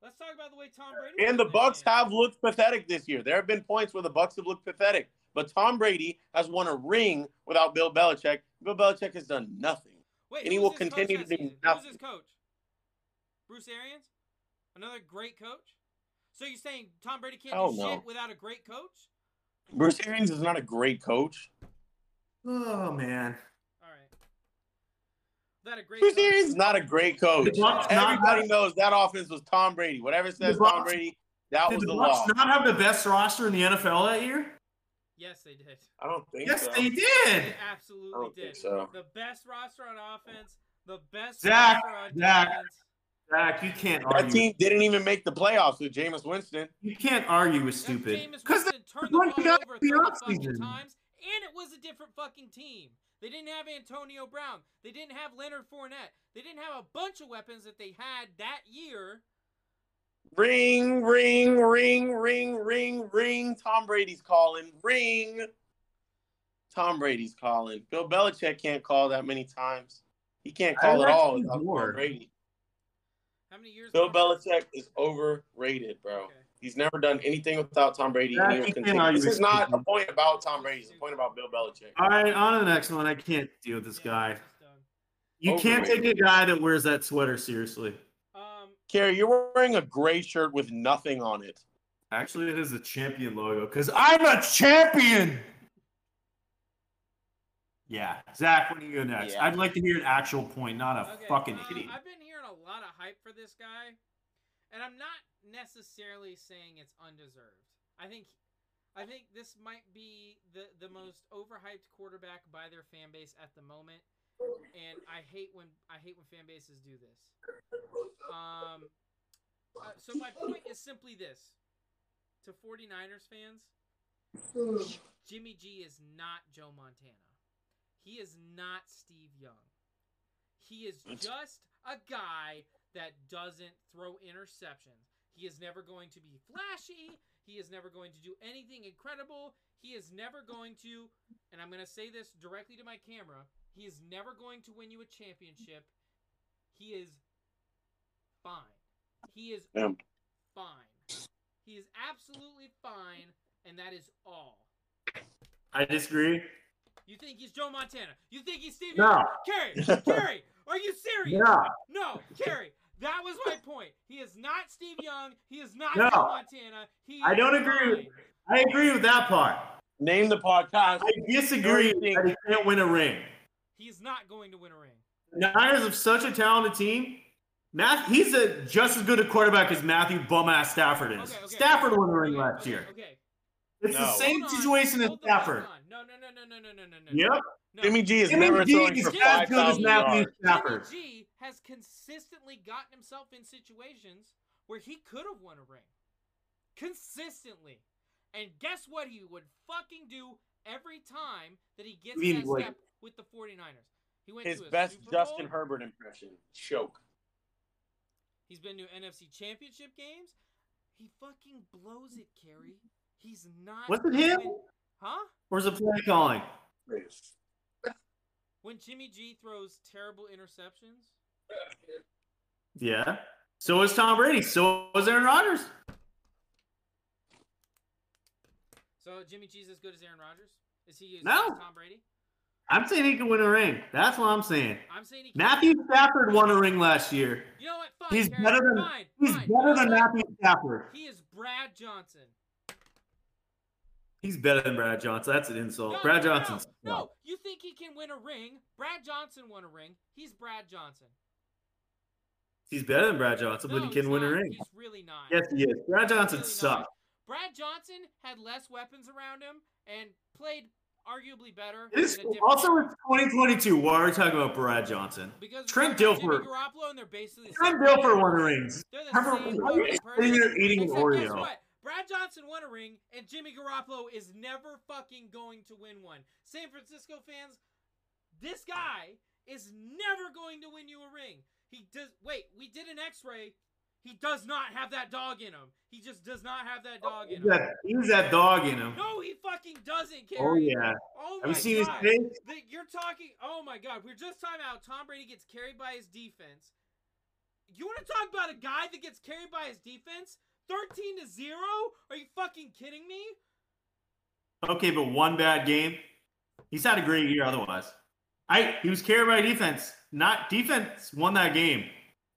Let's talk about the way Tom Brady.
And
played
the
that
Bucks
game.
have looked pathetic this year. There have been points where the Bucks have looked pathetic, but Tom Brady has won a ring without Bill Belichick. Bill Belichick has done nothing.
Wait,
and he
who
will
was his coach
continue
last
to do
season? Who was
nothing.
his coach? Bruce Arians, another great coach. So you're saying Tom Brady can't
Hell
do
no.
shit without a great coach?
Bruce Arians is not a great coach.
Oh man.
All right, without a great
Bruce
coach.
Arians is not a great coach.
The Bucks not-
Everybody knows that offense was Tom Brady. Whatever says
The Bucks-
Tom Brady, that
Did
was
the
the
Bucks
law.
not have the best roster in the NFL that year?
Yes, they did.
I don't think
Yes,
so.
they
They
did.
I
absolutely
don't
did.
think so.
The best roster on offense. The best
Zach,
roster on
Zach.
defense.
Zach, you can't
That
argue.
team didn't even make the playoffs with Jameis Winston.
You can't argue with
That
stupid.
Jameis
Because
Winston turned
one
the
guy
ball over
in the
30
offseason.
fucking times, and it was a different fucking team. They didn't have Antonio Brown. They didn't have Leonard Fournette. They didn't have a bunch of weapons that they had that year.
Ring, ring, ring, ring, ring, ring. Tom Brady's calling. Ring. Tom Brady's calling. Bill Belichick can't call that many times. He can't
I'm
call at all
actually
without Tom
bored.
Brady.
How many years?
Bill
ago?
Belichick is overrated, bro.
Okay.
He's never done anything without Tom Brady.
Yeah,
and he'll
he can't
continue.
argue
This
with
is not
Steve.
a point about Tom Brady. It's a point about Bill Belichick.
All right, on to the next one. I can't deal with this
Yeah,
guy.
he's done.
You can't take
Overrated.
a guy that wears that sweater seriously.
Um,
Kerry, you're wearing a gray shirt with nothing on it.
Actually, it is a champion logo because I'm a champion. Yeah, Zach, when do you go next?
Yeah.
I'd like to hear an actual point, not a
okay,
fucking
uh,
idiot.
I've been hearing a lot of hype for this guy, and I'm not necessarily saying it's undeserved. I think, I think this might be the the most overhyped quarterback by their fan base at the moment, and I hate when I hate when fan bases do this. Um, uh, so my point is simply this: to 49ers fans, Jimmy G is not Joe Montana. He is not Steve Young. He is just a guy that doesn't throw interceptions. He is never going to be flashy. He is never going to do anything incredible. He is never going to, and I'm going to say this directly to my camera, he is never going to win you a championship. He is fine. He is
Damn.
fine. He is absolutely fine, and that is all.
I disagree.
You think he's Joe Montana? You think he's Steve?
No.
Young? Kerry, Kerry, are you serious?
Yeah,
No, Kerry, that was my point. He is not Steve Young. He is not
No.
Joe Montana. He
I
is
don't agree with-
fine.
I agree with that part.
Name the podcast.
I disagree that he can't win a ring.
He is not going to win a ring.
The Niners have such a talented team. Math, he's a just as good a quarterback as Matthew Bumass Stafford is.
Okay, okay,
Stafford
okay,
won the ring
okay,
last
okay,
year.
Okay.
It's the
No.
same
Hold on,
situation as
hold the line
Stafford.
on. No, no, no, no, no, no, no, no, no.
Yep.
No.
Jimmy G is
Jimmy
never
G
throwing
is
for
just as
five
good as
thousand
Matthew
yards.
Stafford.
Jimmy G has consistently gotten himself in situations where he could have won a ring. Consistently. And guess what he would fucking do every time that he gets
I mean,
that
like-
step with the 49ers? He went
His
to a
best
Super
Justin
Bowl.
Herbert impression. Choke.
He's been to NFC Championship games. He fucking blows it, Kerry. He's not.
Was it him?
even- Huh?
Or is it play calling?
When Jimmy G throws terrible interceptions.
Yeah. So is Tom Brady. So is Aaron Rodgers.
So Jimmy G's as good as Aaron Rodgers? Is he as
No.
good as Tom Brady?
I'm saying he can win a ring. That's what I'm saying.
I'm saying he.
Matthew Stafford won a ring last year.
You know what? Fine,
He's
Kerry.
better than-
Fine,
He's
fine.
better than
Fine.
Matthew Stafford.
He is Brad Johnson.
He's better than Brad Johnson. That's an insult.
No,
Oh, Brad
no, no,
Johnson's
No, you think he can win a ring? Brad Johnson won a ring. He's Brad Johnson.
He's better than Brad Johnson,
no,
but he can
he's
win a
not.
ring.
He's really not.
Yes, he is. Brad Johnson
Really not.
sucked.
Brad Johnson had less weapons around him and played arguably better.
It is
in a different-
also in 2022. Why are we talking about Brad Johnson?
because
Trent
Jimmy
Dilfer-
Garoppolo, and they're basically the
Trent
same
Dilfer
player.
won a ring.
They're the
Trevor,
same
why are you
fucking
sitting
person.
there eating an
Except guess
Oreo?
what? Brad Johnson won a ring, and Jimmy Garoppolo is never fucking going to win one. San Francisco fans, this guy is never going to win you a ring. He does. Wait, we did an X-ray. He does not have that dog in him. He just does not have that dog in
He's
him.
that, he's that dog in him.
No, he fucking doesn't, Kerry.
Oh yeah.
Oh
Have
my
you seen his
God.
face?
The- you're talking. Oh my God, we we're just talking about Tom Brady gets carried by his defense. You want to talk about a guy that gets carried by his defense? Thirteen to zero? Are you fucking kidding me?
Okay, but one bad game. He's had a great year otherwise. I he was carried by defense. Not defense won that game.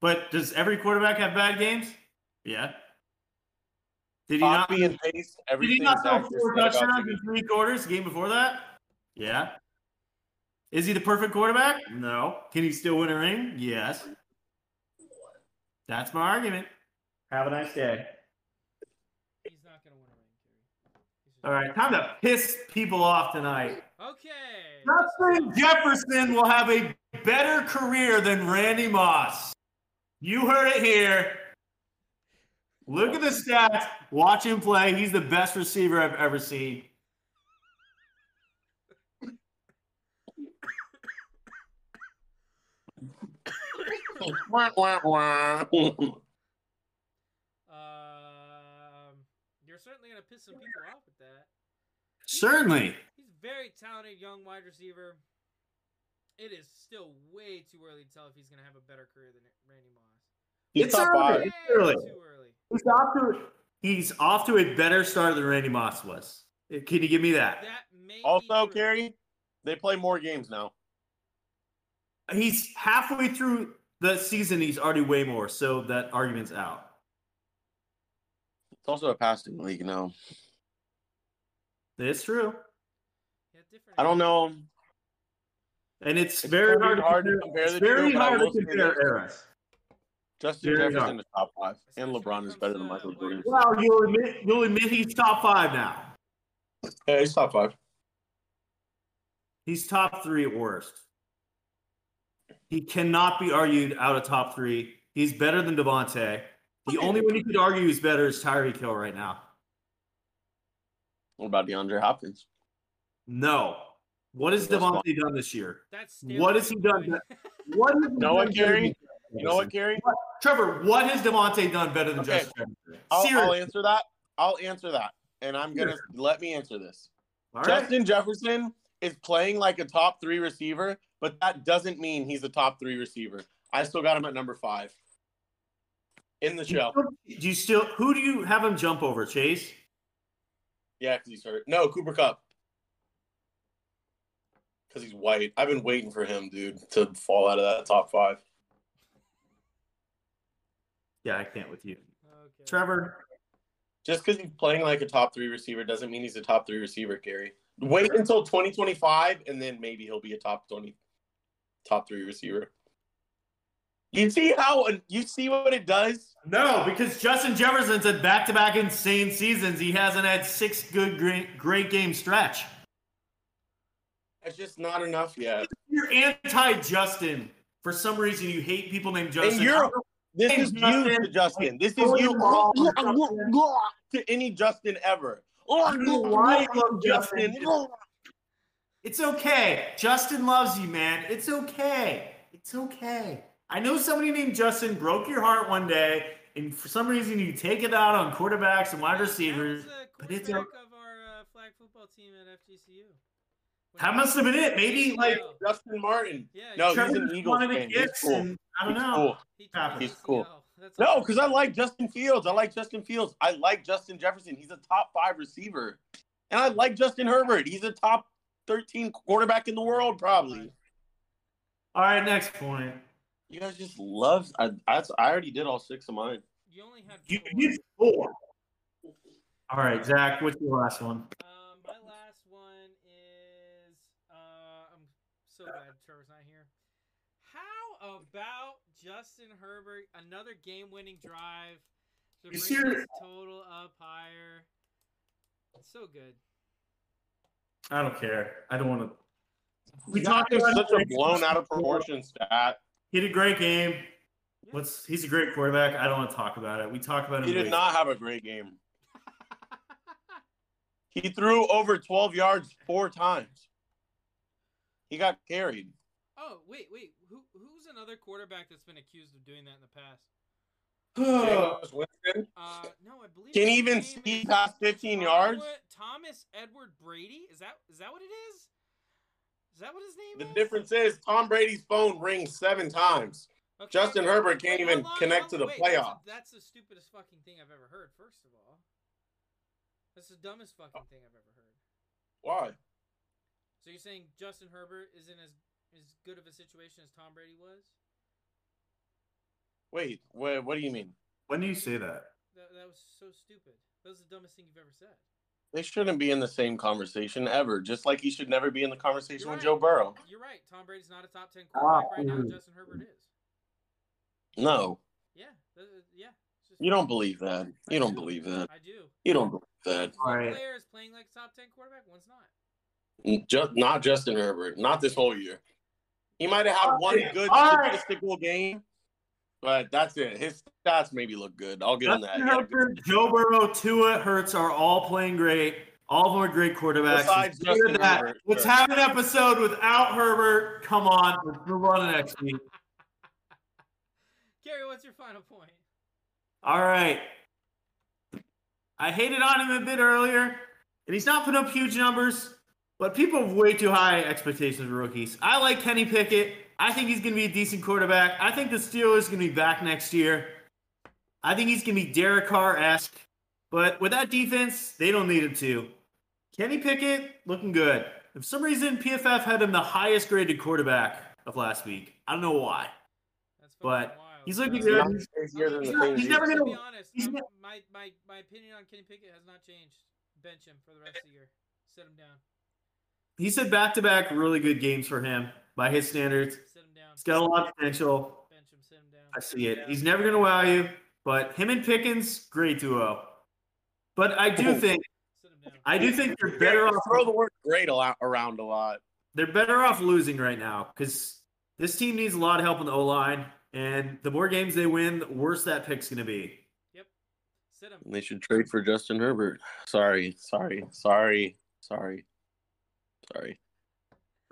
But does every quarterback have bad games? Yeah. Did he not
Copy
be
and paste
Did he
everything
not throw
Zach just
four
said about
touchdowns
Jimmy.
in three quarters the game before that? Yeah. Is he the perfect quarterback? No. Can he still win a ring? Yes. That's my argument. Have a nice day.
He's not gonna win a ring, Kerry. He's just-
All right, time to piss people off tonight.
Okay.
Justin Jefferson will have a better career than Randy Moss. You heard it here. Look at the stats. Watch him play. He's the best receiver I've ever seen.
Wah, wah, wah.
Um, you're certainly gonna piss some people off with that.
Certainly.
He's a very talented young wide receiver. It is still way too early to tell if he's gonna have a better career than Randy Moss.
He's
It's
top
early.
five.
Way
early.
Too early.
He's off to he's off to a better start than Randy Moss was. Can you give me that?
That may be
Also,
true.
Kerry, they play more games now.
He's halfway through the season. He's already way more, so that argument's out.
It's also a passing league now.
It's true,
Yeah, different
I don't know.
and it's,
It's
very
very
hard to
hard to compare
compare. it's
the
very
two, but I
hard
will
to
say
compare
this.
eras.
Justin
Very
Jefferson is top five, and LeBron is better than Michael Jordan.
Well, you'll admit you'll admit he's top five now.
Yeah, he's top five.
He's top three at worst. He cannot be argued out of top three. He's better than Devontae. The only one you could argue is better is Tyreek Hill right now.
What about DeAndre Hopkins?
No. What has
That's
Devontae done this year?
That's
What has he done
stereotypical.
What has
know what,
Devontae
Gary?
done better
You know what, Kerry?
than- Trevor, what has Devontae done better than
Okay.
Justin Jefferson?
I'll, I'll
Seriously.
answer that. I'll answer that, and I'm gonna let me answer this.
All right.
Justin Jefferson is playing like a top three receiver, but that doesn't mean he's a top three receiver. I still got him at number five in the
Do you
show.
still- do you still who do you have him jump over, Chase?
Yeah, because he's hurt. No, Cooper Cup. Because he's white. I've been waiting for him, dude, to fall out of that top five.
Yeah, I can't with you.
Okay.
Trevor,
Just because he's playing like a top three receiver doesn't mean he's a top three receiver, Gary. Wait until 2025, and then maybe he'll be a top 20, top three receiver. You see how you see what it does?
No, because Justin Jefferson's had back-to-back insane seasons. He hasn't had six good great, great game stretch.
It's just not enough yet.
You're anti-Justin. For some reason, you hate people named Justin.
And you're this
Hey,
is you
Justin.
to Justin. This is
Throw
you
it all,
to any Justin ever.
I don't know why I love Justin.
Justin.
It's okay. Justin loves you, man. It's okay. It's okay. I know somebody named Justin broke your heart one day, and for some reason you take it out on quarterbacks and wide receivers.
That
but
was
it's
the
a-
quarterback of our uh, flag football team at FGCU. When
That
he
must have been it. Maybe
was
like
CL.
Justin Martin.
yeah,
No,
he-
Oh, he's
Trevor
an
just
Eagles
wanted to
fan. He's
kiss,
cool.
and I don't
He's
know.
cool.
he tore his
He's
ACL.
cool.
That's
No,
all.
because I like Justin Fields. I like Justin Fields. I like Justin Jefferson. He's a top five receiver. And I like Justin Herbert. He's a top 13 quarterback in the world, probably.
All right, next point.
You guys just love. I, I, I already did all six of mine.
you only had
You
four.
you did four. All right, Zach. What's your last one?
Um, my last one is uh, I'm so glad Trevor's not here. How about Justin Herbert another game-winning drive to
You
bring
serious?
his total up higher? It's so good.
I don't care. I don't want to. We
We
talked
talked about
about
such a blown out of proportion stat.
He had a great game.
Yeah.
What's he's a great quarterback. I don't want to talk about it. We talk about him.
He did
later.
not have a great game. He threw over 12 yards four times. He got carried.
oh wait, wait. Who who's another quarterback that's been accused of doing that in the past?
Jameis Winston.
Uh, no, I believe.
Can
his
he even
name
see
is
past 15 yards?
Thomas- Thomas Edward Brady. Is that is that what it is? Is that what his name
The
is?
difference is Tom Brady's phone rings seven times.
Okay.
Justin Herbert can't
How
even
long-
connect
how-
to the
wait, that's-
playoffs.
That's, the stupidest fucking thing I've ever heard. First of all, that's the dumbest fucking thing I've ever heard.
Why?
So you're saying Justin Herbert isn't as as good of a situation as Tom Brady was?
Wait, what, what do you mean?
When do you say that?
That that was so stupid. That was the dumbest thing you've ever said.
They shouldn't be in the same conversation ever, just like he should never be in the conversation
You're
with
right.
Joe Burrow.
You're right. Tom Brady's not a top ten quarterback right now.
Ah.
Justin Herbert is.
No,
Yeah. th- th- yeah. It's just-
you don't believe that. You
I
don't
do.
believe that.
I do.
You don't believe
One
Alright.
player is playing like a top ten quarterback. One's not.
that. Just not Justin Herbert. Not this whole year. He might have had one good
All right.
statistical game, but that's it. His stats maybe look good. I'll give him that.
Justin
He had a good
Herbert, Joe Burrow, Tua, Hurts are all playing great. All of them are great quarterbacks.
Besides
Let's hear
Justin
that.
Herbert,
Let's
sure.
have an episode without Herbert. Come on, let's move on to next week.
Gary, what's your final point?
All right. I hated on him a bit earlier, and he's not putting up huge numbers, but people have way too high expectations for rookies. I like Kenny Pickett. I think he's going to be a decent quarterback. I think the Steelers are going to be back next year. I think he's going to be Derek Carr esque, but with that defense, they don't need him to. Kenny Pickett looking good. For some reason, PFF had him the highest graded quarterback of last week. I don't know why.
That's
But
fucking wild.
he's looking
Uh,
good.
Not crazier than the
He's not-
things
he's
you
never
said.
to
gonna-
be honest.
he's
um,
never-
my, my my opinion on Kenny Pickett has not changed. Bench him for the rest of the year. Sit him down.
He said back to back really good games for him by his standards.
Sit him down.
He's got a lot of potential.
Bench him. Sit him down.
I see it. He's never going to wow you, but him and Pickens, great duo. But I do think
Sit him down.
I do think they're
Yeah,
better
you throw
off
the word great a lot, around a lot.
they're better off losing right now because this team needs a lot of help on the O line, and the more games they win, the worse that pick's going to be.
Sit him.
They should trade for Justin Herbert. Sorry, sorry, sorry, sorry, sorry.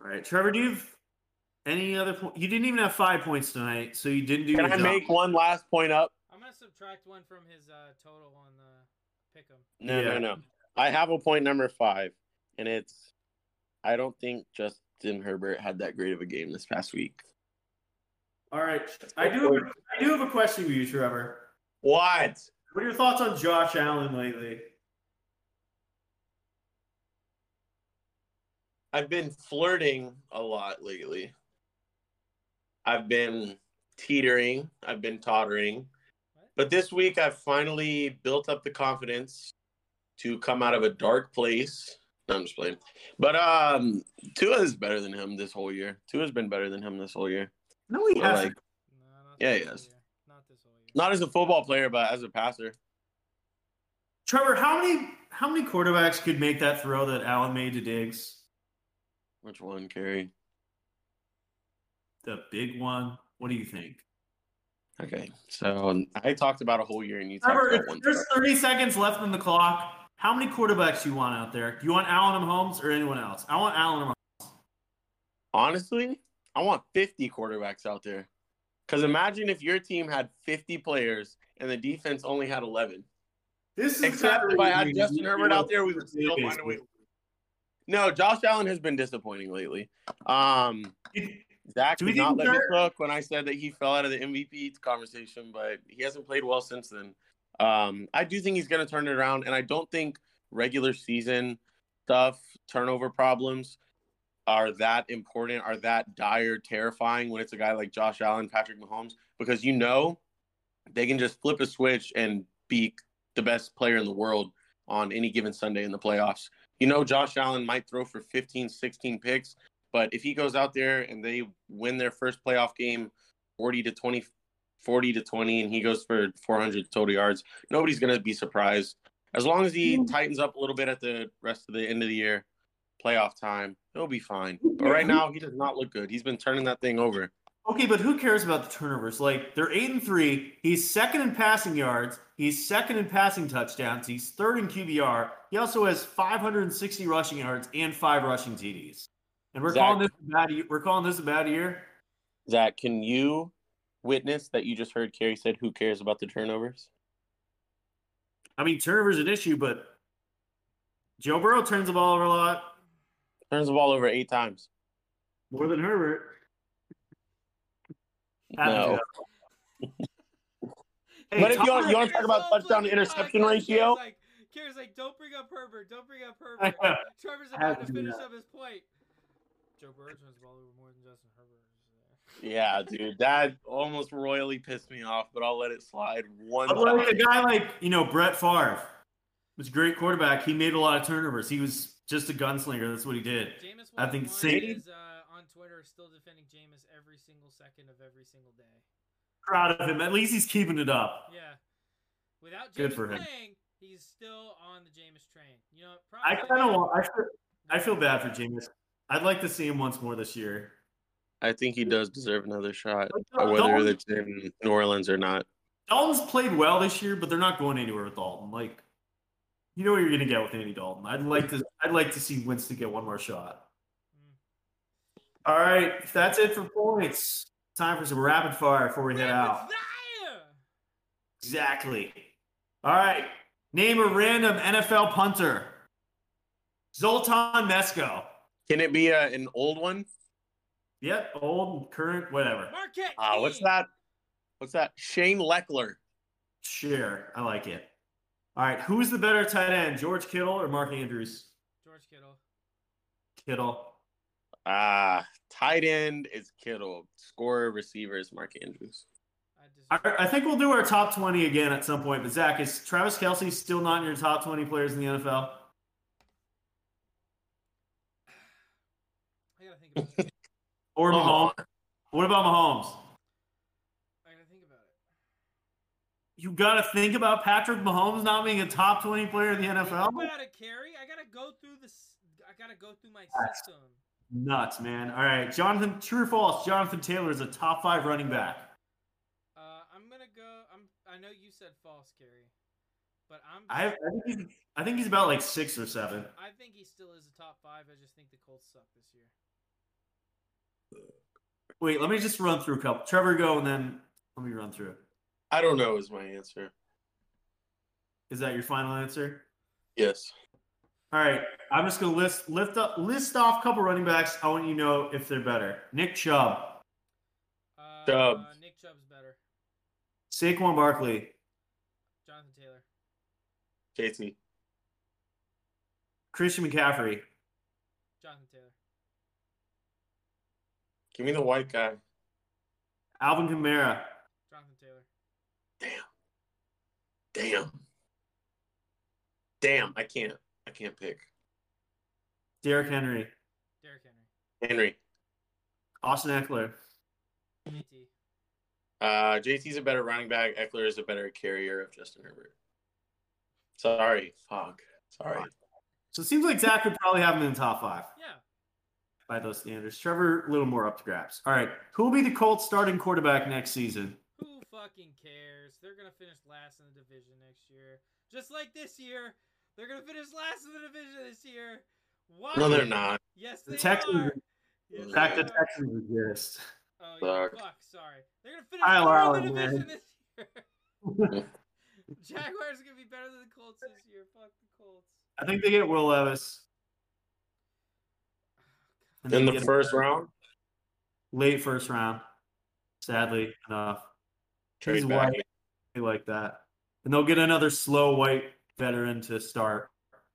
All right, Trevor, do you have any other? Po- you didn't even have five points tonight, so you didn't do.
Can
your
I
job.
make one last point up?
I'm gonna subtract one from his uh, total on the pick him.
No,
Yeah.
no, no. I have a point number five, and it's I don't think Justin Herbert had that great of a game this past week.
All right, I do. Have, I do have a question for you, Trevor.
What?
What are your thoughts on Josh Allen lately?
I've been flirting a lot lately. I've been teetering. I've been tottering.
What?
But this week, I've finally built up the confidence to come out of a dark place. No, I'm just playing. But um, Tua is better than him this whole year. Tua's been better than him this whole year.
No, he
Or,
hasn't.
like,
No, not
Yeah, he
whole
is.
year. Not this whole year.
Not as a football player, but as a passer.
Trevor, how many how many quarterbacks could make that throw that Allen made to Diggs?
Which one, Kerry?
The big one. What do you think?
Okay, so I talked about a whole year, and you talked
Trevor,
about one.
if there's 30 seconds left on the clock, how many quarterbacks do you want out there? Do you want Allen and Holmes or anyone else? I want Allen and Holmes.
Honestly, I want 50 quarterbacks out there. Because imagine if your team had 50 players and the defense only had 11.
This is
Except if I had Justin Herbert out there, we would still
It-
find a way. No, Josh Allen has been disappointing lately. Um, Zach
Do we
did not
think
let me
Jar-
cook when I said that he fell out of the MVP conversation, but he hasn't played well since then. Um, I do think he's going to turn it around, and I don't think regular season stuff, turnover problems, are that important, are that dire, terrifying when it's a guy like Josh Allen, Patrick Mahomes, because you know they can just flip a switch and be the best player in the world on any given Sunday in the playoffs. You know, Josh Allen might throw for 15, 16 picks. But if he goes out there and they win their first playoff game 40 to 20, 40 to 20, and he goes for 400 total yards, nobody's going to be surprised. As long as he tightens up a little bit at the rest of the end of the year, playoff time, he'll be fine. But right now, he does not look good. He's been turning that thing over.
Okay, but who cares about the turnovers? Like they're eight and three. He's second in passing yards. He's second in passing touchdowns. He's third in QBR. He also has 560 rushing yards and five rushing TDs. And we're
Zach.
calling this a bad. year- We're calling this a bad year.
Zach, can you witness that you just heard Carrie said, Who cares about the turnovers?
I mean, turnovers an issue, but Joe Burrow turns the ball over a lot
Turns the ball over eight times.
more than Herbert.
No.
Hey,
But if
Tom-
you want- you want-
Kira's
talk about
all
touchdown
flipping
to interception
out.
ratio?
Kira's like, Kira's like, don't bring up Herbert. Don't bring up Herbert.
know.
Trevor's
I have
about
to
to
do
finish
that.
up his point. Joe Burrow turns the ball over more than Justin Herbert.
Yeah, dude, that almost royally pissed me off, but I'll let it slide one
But like a
time.
guy like you know Brett Favre was a great quarterback. He made a lot of turnovers. He was just a gunslinger. That's what he did.
Jameis
I think
101
Sadie-
is uh, on Twitter still defending Jameis every single second of every single day.
Proud of him. At least he's keeping it up.
Yeah. Without Jameis
Good for him.
playing, he's still on the Jameis train. You know, probably Mm.
I kind of want. I feel, I feel bad for Jameis. I'd like to see him once more this year.
I think he does deserve another shot,
Like,
whether
Dalton-
it's in New Orleans or not.
Dalton's played well this year, but they're not going anywhere with Dalton. Like, you know what you're going to get with Andy Dalton. I'd like to. I'd like to see Winston get one more shot.
Mm.
All right, that's it for points. Time for some rapid fire before we head
Rapid
out.
fire!
Exactly. All right. Name a random NFL punter. Zoltan Mesko.
Can it be uh an old one?
Yep, old, current, whatever.
Marquette.
Uh, what's
Keen.
that? What's that? Shane Leckler.
Sure, I like it. All right, who's the better tight end, George Kittle or Mark Andrews?
George Kittle.
Kittle.
Ah, tight end is Kittle. Scorer receiver is Mark Andrews.
I just.
I, I think we'll do our top 20 again at some point, but Zach, is Travis Kelsey still not in your top 20 players in the NFL?
I gotta think about it.
Or
Oh.
Mahomes? What about Mahomes?
I gotta think about it.
You got to think about Patrick Mahomes not being a top 20 player in the NFL?
Think about it, Carrie. I gotta go through this. I gotta go through my
Ah.
system.
Nuts, man. All right, Jonathan. True or false? Jonathan Taylor is a top five running back.
Uh, I'm gonna go. I'm. I know you said false, Carrie, but I'm.
I, I think he's, I think he's about like six or seven.
I think he still is a top five. I just think the Colts suck this year.
Wait, let me just run through a couple. Trevor, go, and then let me run through it.
I don't know is my answer.
Is that your final answer?
Yes.
All right, I'm just gonna list lift up list off a couple running backs. I want you to know if they're better. Nick Chubb,
Uh,
Chubb.
Nick Chubb's better.
Saquon Barkley,
Jonathan Taylor.
JT.
Christian McCaffrey.
Jonathan Taylor.
Give me the white guy.
Alvin Kamara,
Jonathan Taylor.
Damn. Damn. I can't. I can't pick.
Derrick Henry,
Derrick Henry.
Henry.
Austin Eckler,
JT.
Uh, JT's a better running back. Eckler is a better carrier of Justin Herbert. Sorry, fuck. Sorry.
So it seems like Zach would probably have him in the top five
Yeah.
by those standards. Trevor, a little more up to grabs. All right. Who will be the Colts starting quarterback next season?
Who fucking cares? They're gonna finish last in the division next year, just like this year. They're gonna finish last in the division this year. Why?
No, they're not.
Yes,
The
they
Texans-
are. Yes,
In
they
fact, the
are.
Texans exist.
Oh, yeah,
Sorry.
fuck, sorry. They're going to finish
Kyle
third in the
Allen, man.
division this year. Jaguars are going to be better than the Colts this year. Fuck the Colts.
I think they get Will Levis. And
In
they
the
get-
first round,
Late first round. Sadly enough. He's
trade back.
white. They like that. And they'll get another slow white veteran to start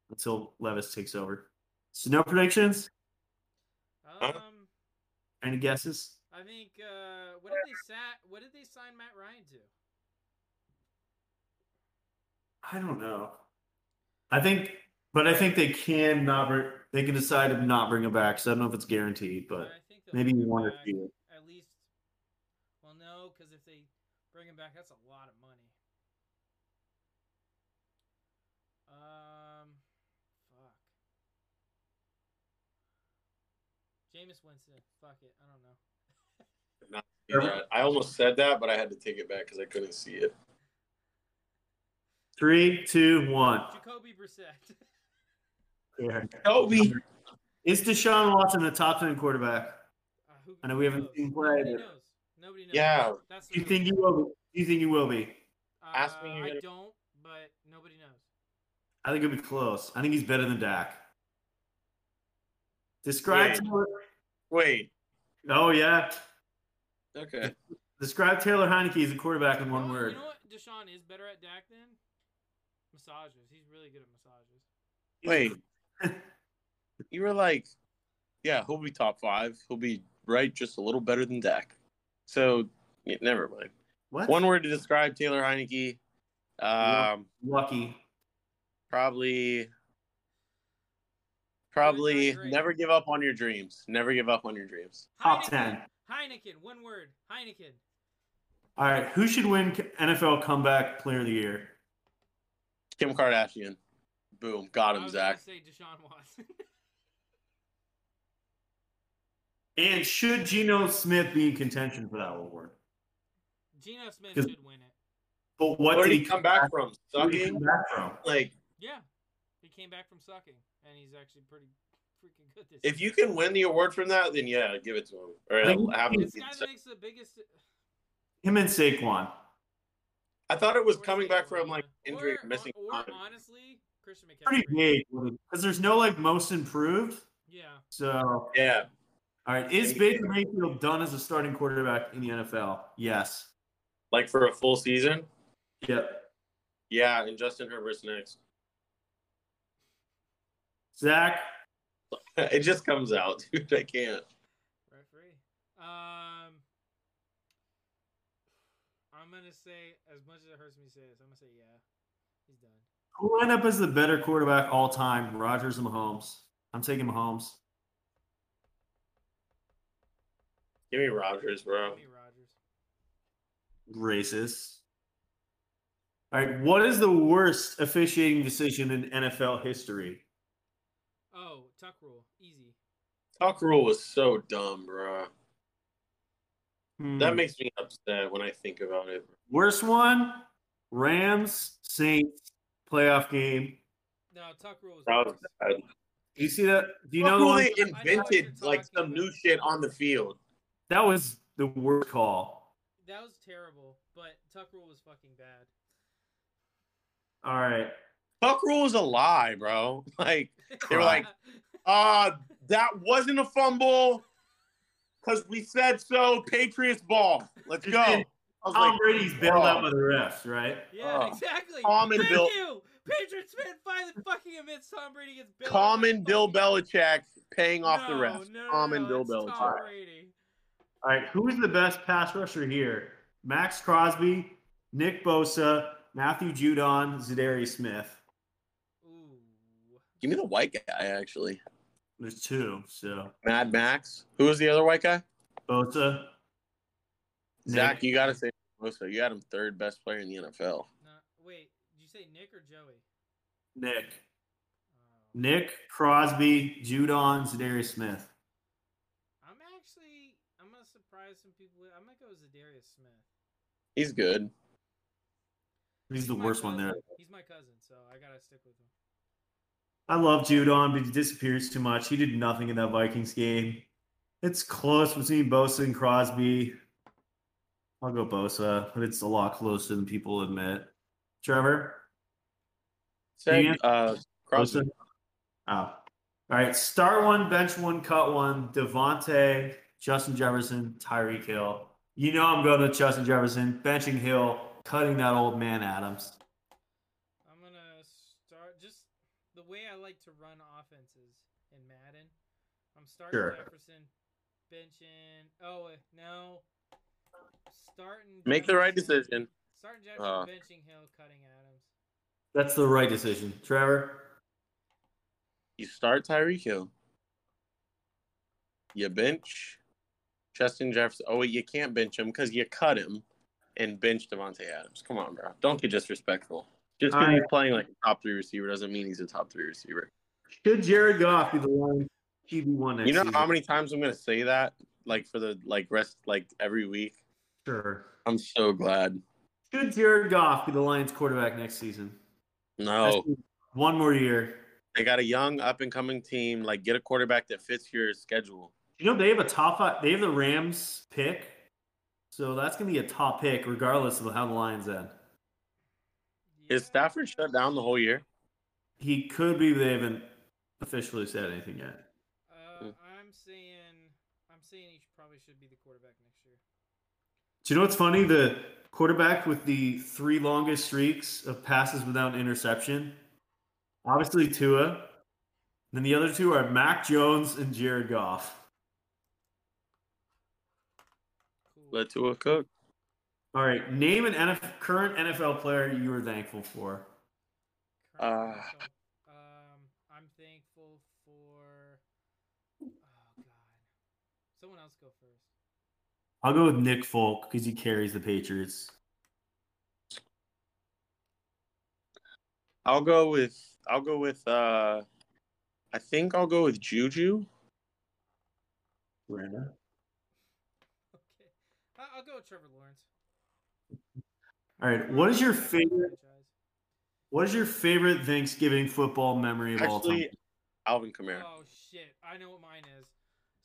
until Levis takes over. So no predictions?
Huh?
Um,
Any guesses?
I think, uh, what did they sat? What did they sign Matt Ryan to?
I don't know. I think, but I think they can not. Bring, they can decide to not bring him back. So I don't know if it's guaranteed, but
I think they'll
maybe
bring him
one or
back
two.
At least, well, no, because if they bring him back, that's a lot of money. Um, fuck. Jameis Winston. Fuck it. I don't know.
Yeah, I almost said that, but I had to take it back because I couldn't see it.
Three, two, one.
Jacoby Brissett.
Yeah.
Toby.
Is Deshaun Watson a top ten quarterback?
Uh, who,
I know
who
we haven't
knows?
seen him play.
Nobody
but
knows. Nobody knows.
Yeah.
That's the
Do you
thing.
think he will? Be? Do you think he will be?
Uh,
Ask me, you're
I
gonna-
don't, but nobody knows.
I think he'll be close. I think he's better than Dak. Describe.
Yeah.
Taylor,
Wait.
oh yeah.
Okay.
Describe Taylor Heineke as a quarterback in
You
one
know-
word.
You know what Deshaun is better at Dak than? Massages. He's really good at massages.
Wait. You were like, yeah, he'll be top five. He'll be right just a little better than Dak. So, yeah, never mind.
What?
One word to describe Taylor Heineke. Um,
Lucky.
probably, probably
great.
never give up on your dreams. Never give up on your dreams.
Top
Heineken.
ten.
Heineken. One word. Heineken.
All right. Who should win NFL Comeback Player of the Year?
Kim Kardashian. Boom. Got
I
him,
was
Zach.
gonna say Deshaun Watson.
And should Geno Smith be in contention for that award?
Geno Smith
'Cause-
should win it.
But what
Where
did
did he come back from?
where did he come
Sucking?
back from?
Like,
Yeah. He came back from sucking, and he's actually pretty freaking good this
if
year.
you can win the award from that, then yeah, give it to him. Or uh,
Like,
have him
It's
get
the guy
second.
that makes the biggest.
Him and Saquon.
I thought it was
or
coming back
Saquon,
from like
yeah.
injury,
Or-
missing
Or,
time.
honestly, Christian
Pretty
McCaffrey.
big because there's no like most improved.
Yeah.
So all
Yeah,
right, is Baker Mayfield done as a starting quarterback in the NFL? Yes.
like for a full season.
Yep.
Yeah, and Justin Herbert's next.
Zach,
it just comes out, dude. I can't.
Referee. Um, I'm gonna say, as much as it hurts me to say this, I'm gonna say, yeah, he's done.
who line up as the better quarterback all time? Rogers and Mahomes. I'm taking Mahomes.
Give me Rogers, bro.
Jimmy Rogers.
Racist. All right, what is the worst officiating decision in NFL history?
Oh, tuck rule, easy.
Talk rule was so dumb, bro. That
Hmm.
makes me upset when I think about it.
Worst one, Rams Saints playoff game.
No, tuck rule is.
That was bad.
Do you see that? Do you
Talk
know the
rule,
one?
they invented like some new shit on the field.
That was the worst call.
That was terrible, but tuck rule was fucking bad.
All right.
Talk rule is a lie, bro. Like, They were like-
It
uh, that wasn't a fumble because we said so. Patriots ball. Let's go. I was
um,
Tom
like,
Brady's bailed out
oh.
by the refs, right?
yeah,
Oh.
exactly.
Common
Thank
Bill-
you, Patriots fan. Finally, fucking admits Tom Brady gets. bailed out by
Common Bill
fucking-
Belichick paying off the
No,
refs.
no, no,
Common
no,
Bill
it's Tom
Belichick.
Brady.
All right. Who is the best pass rusher here? Max Crosby, Nick Bosa, Matthew Judon, Zadarius Smith.
Ooh.
Give me the white guy, actually.
There's two. So
Mad Max. Who was the other white guy?
Bosa,
Zach, you gotta say Bosa. You had him third best player in the NFL.
Not, wait, did you say Nick or Joey?
Nick.
Oh.
Nick, Crosby, Judon, Zadarius Smith.
I'm actually I'm gonna surprise some people. with- I'm gonna go Zadarius Smith.
He's good.
He's the
my
worst one
cousin.
there.
He's my cousin, so I gotta stick with him.
I love Judon, but he disappears too much. He did nothing in that Vikings game. It's close between Bosa and Crosby. I'll go Bosa, but it's a lot closer than people admit. Trevor?
Say,
Yeah.
uh, Crosby.
Bosa? Oh. All right. Star one, bench one, cut one. Devontae, Justin Jefferson, Tyreek Hill. You know I'm going to Justin Jefferson, benching Hill, cutting that old man Adams.
I'm gonna start just the way I like to run offenses in Madden. I'm starting
Sure.
Jefferson, benching. Oh wait, no, starting.
Make the right
Jefferson-
decision.
Starting Jefferson,
Uh.
benching Hill, cutting Adams.
That's the right decision. Trevor?
You start Tyreek Hill. You bench Justin Jefferson. Oh, wait, you can't bench him because you cut him and bench Devontae Adams. Come on, bro. Don't get disrespectful. Just because
I-
you're playing like a top three receiver doesn't mean he's a top three receiver.
Should Jared Goff be the one QB1 next
you know
season?
how many times I'm gonna say that, like for the like rest, like every week.
Sure.
I'm so glad.
Should Jared Goff be the Lions quarterback next season?
No,
One more year.
they got a young up and coming team. Like get a quarterback that fits your schedule.
You know, they have a top five, they have the Rams pick. So that's going to be a top pick, regardless of how the Lions end.
Is Stafford shut down the whole year?
He could be, but they haven't officially said anything yet.
Uh, I'm saying, I'm saying he probably should be the quarterback next year.
Do you know what's funny? The quarterback with the three longest streaks of passes without interception, obviously Tua. Then the other two are Mac Jones and Jared Goff.
Cool.
Let Tua cook.
All right, name an NF- current NFL player you were thankful for.
Current
Uh.
NFL. um, I'm thankful for. Oh God, someone else go first.
I'll go with Nick Folk because he carries the Patriots.
I'll go with I'll go with uh I think I'll go with Juju.
Brandon.
Okay, I- I'll go with Trevor Lawrence.
All right, what is your favorite?
Franchise.
What is your favorite Thanksgiving football memory of all time?
Actually, Alvin Kamara.
Oh shit! I know what mine is.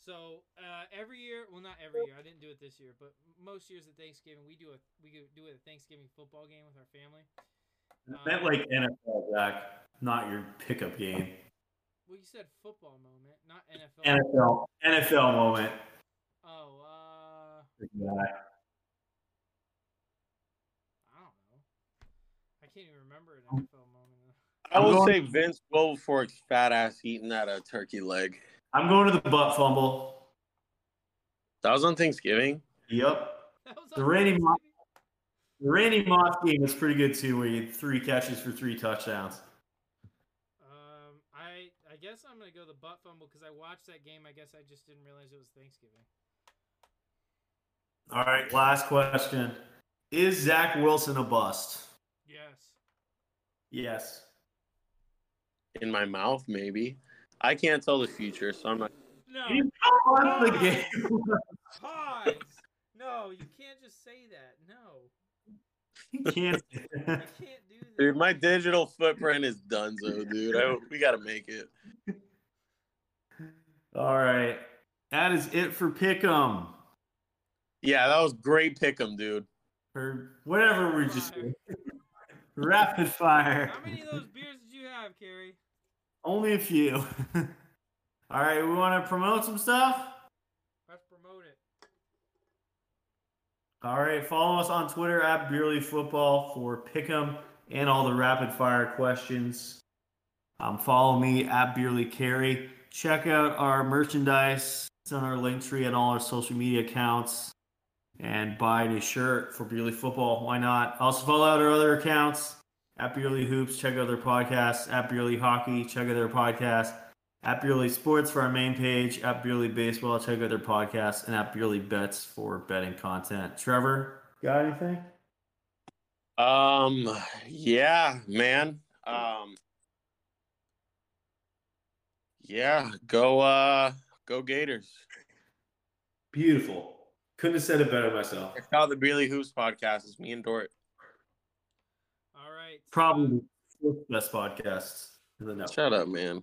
So uh, every year, well, not every year. I didn't do it this year, but most years at Thanksgiving, we do a we go- do a Thanksgiving football game with our family.
I meant like NFL, Zach, not your pickup game.
Well, you said football moment, not NFL.
NFL, NFL moment.
oh, uh, I don't know. I can't even remember
Oh.
an NFL moment.
I will
I'm
say Vince Wilfork's fat ass eating that uh, turkey leg.
I'm going to the butt fumble.
That was on Thanksgiving.
Yep.
That was
The
on
Randy Moss-
Thanksgiving?
The Randy Moss game was pretty good too, where he had three catches for three touchdowns.
Um, I I guess I'm gonna go the butt fumble because I watched that game. I guess I just didn't realize it was Thanksgiving.
All right, last question. Is Zach Wilson a bust?
Yes.
Yes.
In my mouth, maybe. I can't tell the future, so I'm not
No.
You lost the game.
Pause. No, you can't just say that. No,
You can't.
you can't do that.
Dude, my digital footprint is donezo, dude. I, we gotta make it.
All right. That is it for Pick'em.
Yeah, that was great pick'em, dude.
Or whatever we're just rapid fire.
How many of those beers did you have, Carrie?
Only a few. All right, we want to promote some stuff.
Let's promote it.
All right, follow us on Twitter at Beerly Football for Pick'em and all the rapid fire questions. Um, follow me at Beerly Carey. Check out our merchandise. It's on our link tree and all our social media accounts. And buy a new shirt for Beerly Football. Why not? Also follow out our other accounts at Beerly Hoops. Check out their podcast at Beerly Hockey. Check out their podcast at Beerly Sports for our main page, at Beerly Baseball. Check out their podcast, and at Beerly Bets for betting content. Trevor, got anything?
Um, yeah, man. Um, yeah, go, uh, go Gators.
Beautiful. Couldn't have said it better myself.
Check out the Beerly Hoops podcast. It's me and Dort.
All right.
Probably the best podcast in the network.
Shut up, man.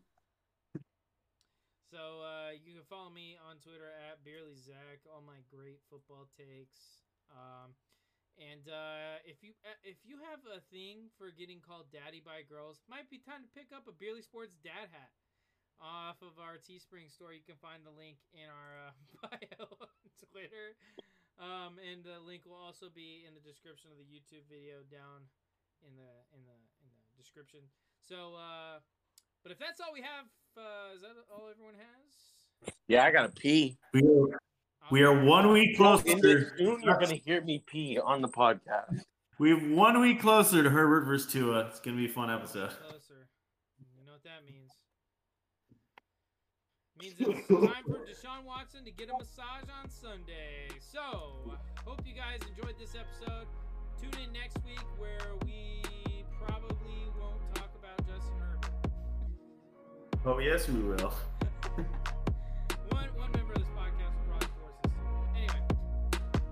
So uh, you can follow me on Twitter at Beerly Zach. All my great football takes. Um, and uh, if you uh, if you have a thing for getting called daddy by girls, might be time to pick up a Beerly Sports dad hat off of our Teespring store. You can find the link in our uh, bio on Twitter. Um, and the link will also be in the description of the YouTube video down in the in the in the description. So, uh, but if that's all we have, uh, is that all everyone has?
Yeah, I gotta pee.
We are, we are one week
In this
closer.
Zoom, you're gonna hear me pee on the podcast.
We have one week closer to Herbert versus Tua. It's gonna be a fun episode.
Closer. You know what that means. Means it's time for Deshaun Watson to get a massage on Sunday. So, hope you guys enjoyed this episode. Tune in next week where we probably won't talk about Justin Herbert.
Oh yes, we will.
One one member of this podcast will probably force us to. Anyway,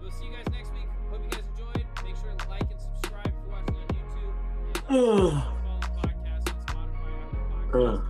we'll see you guys next week. Hope you guys enjoyed. Make sure to like and subscribe if you're watching on YouTube. And uh,
Ugh.
follow the podcast on Spotify, Apple Podcasts.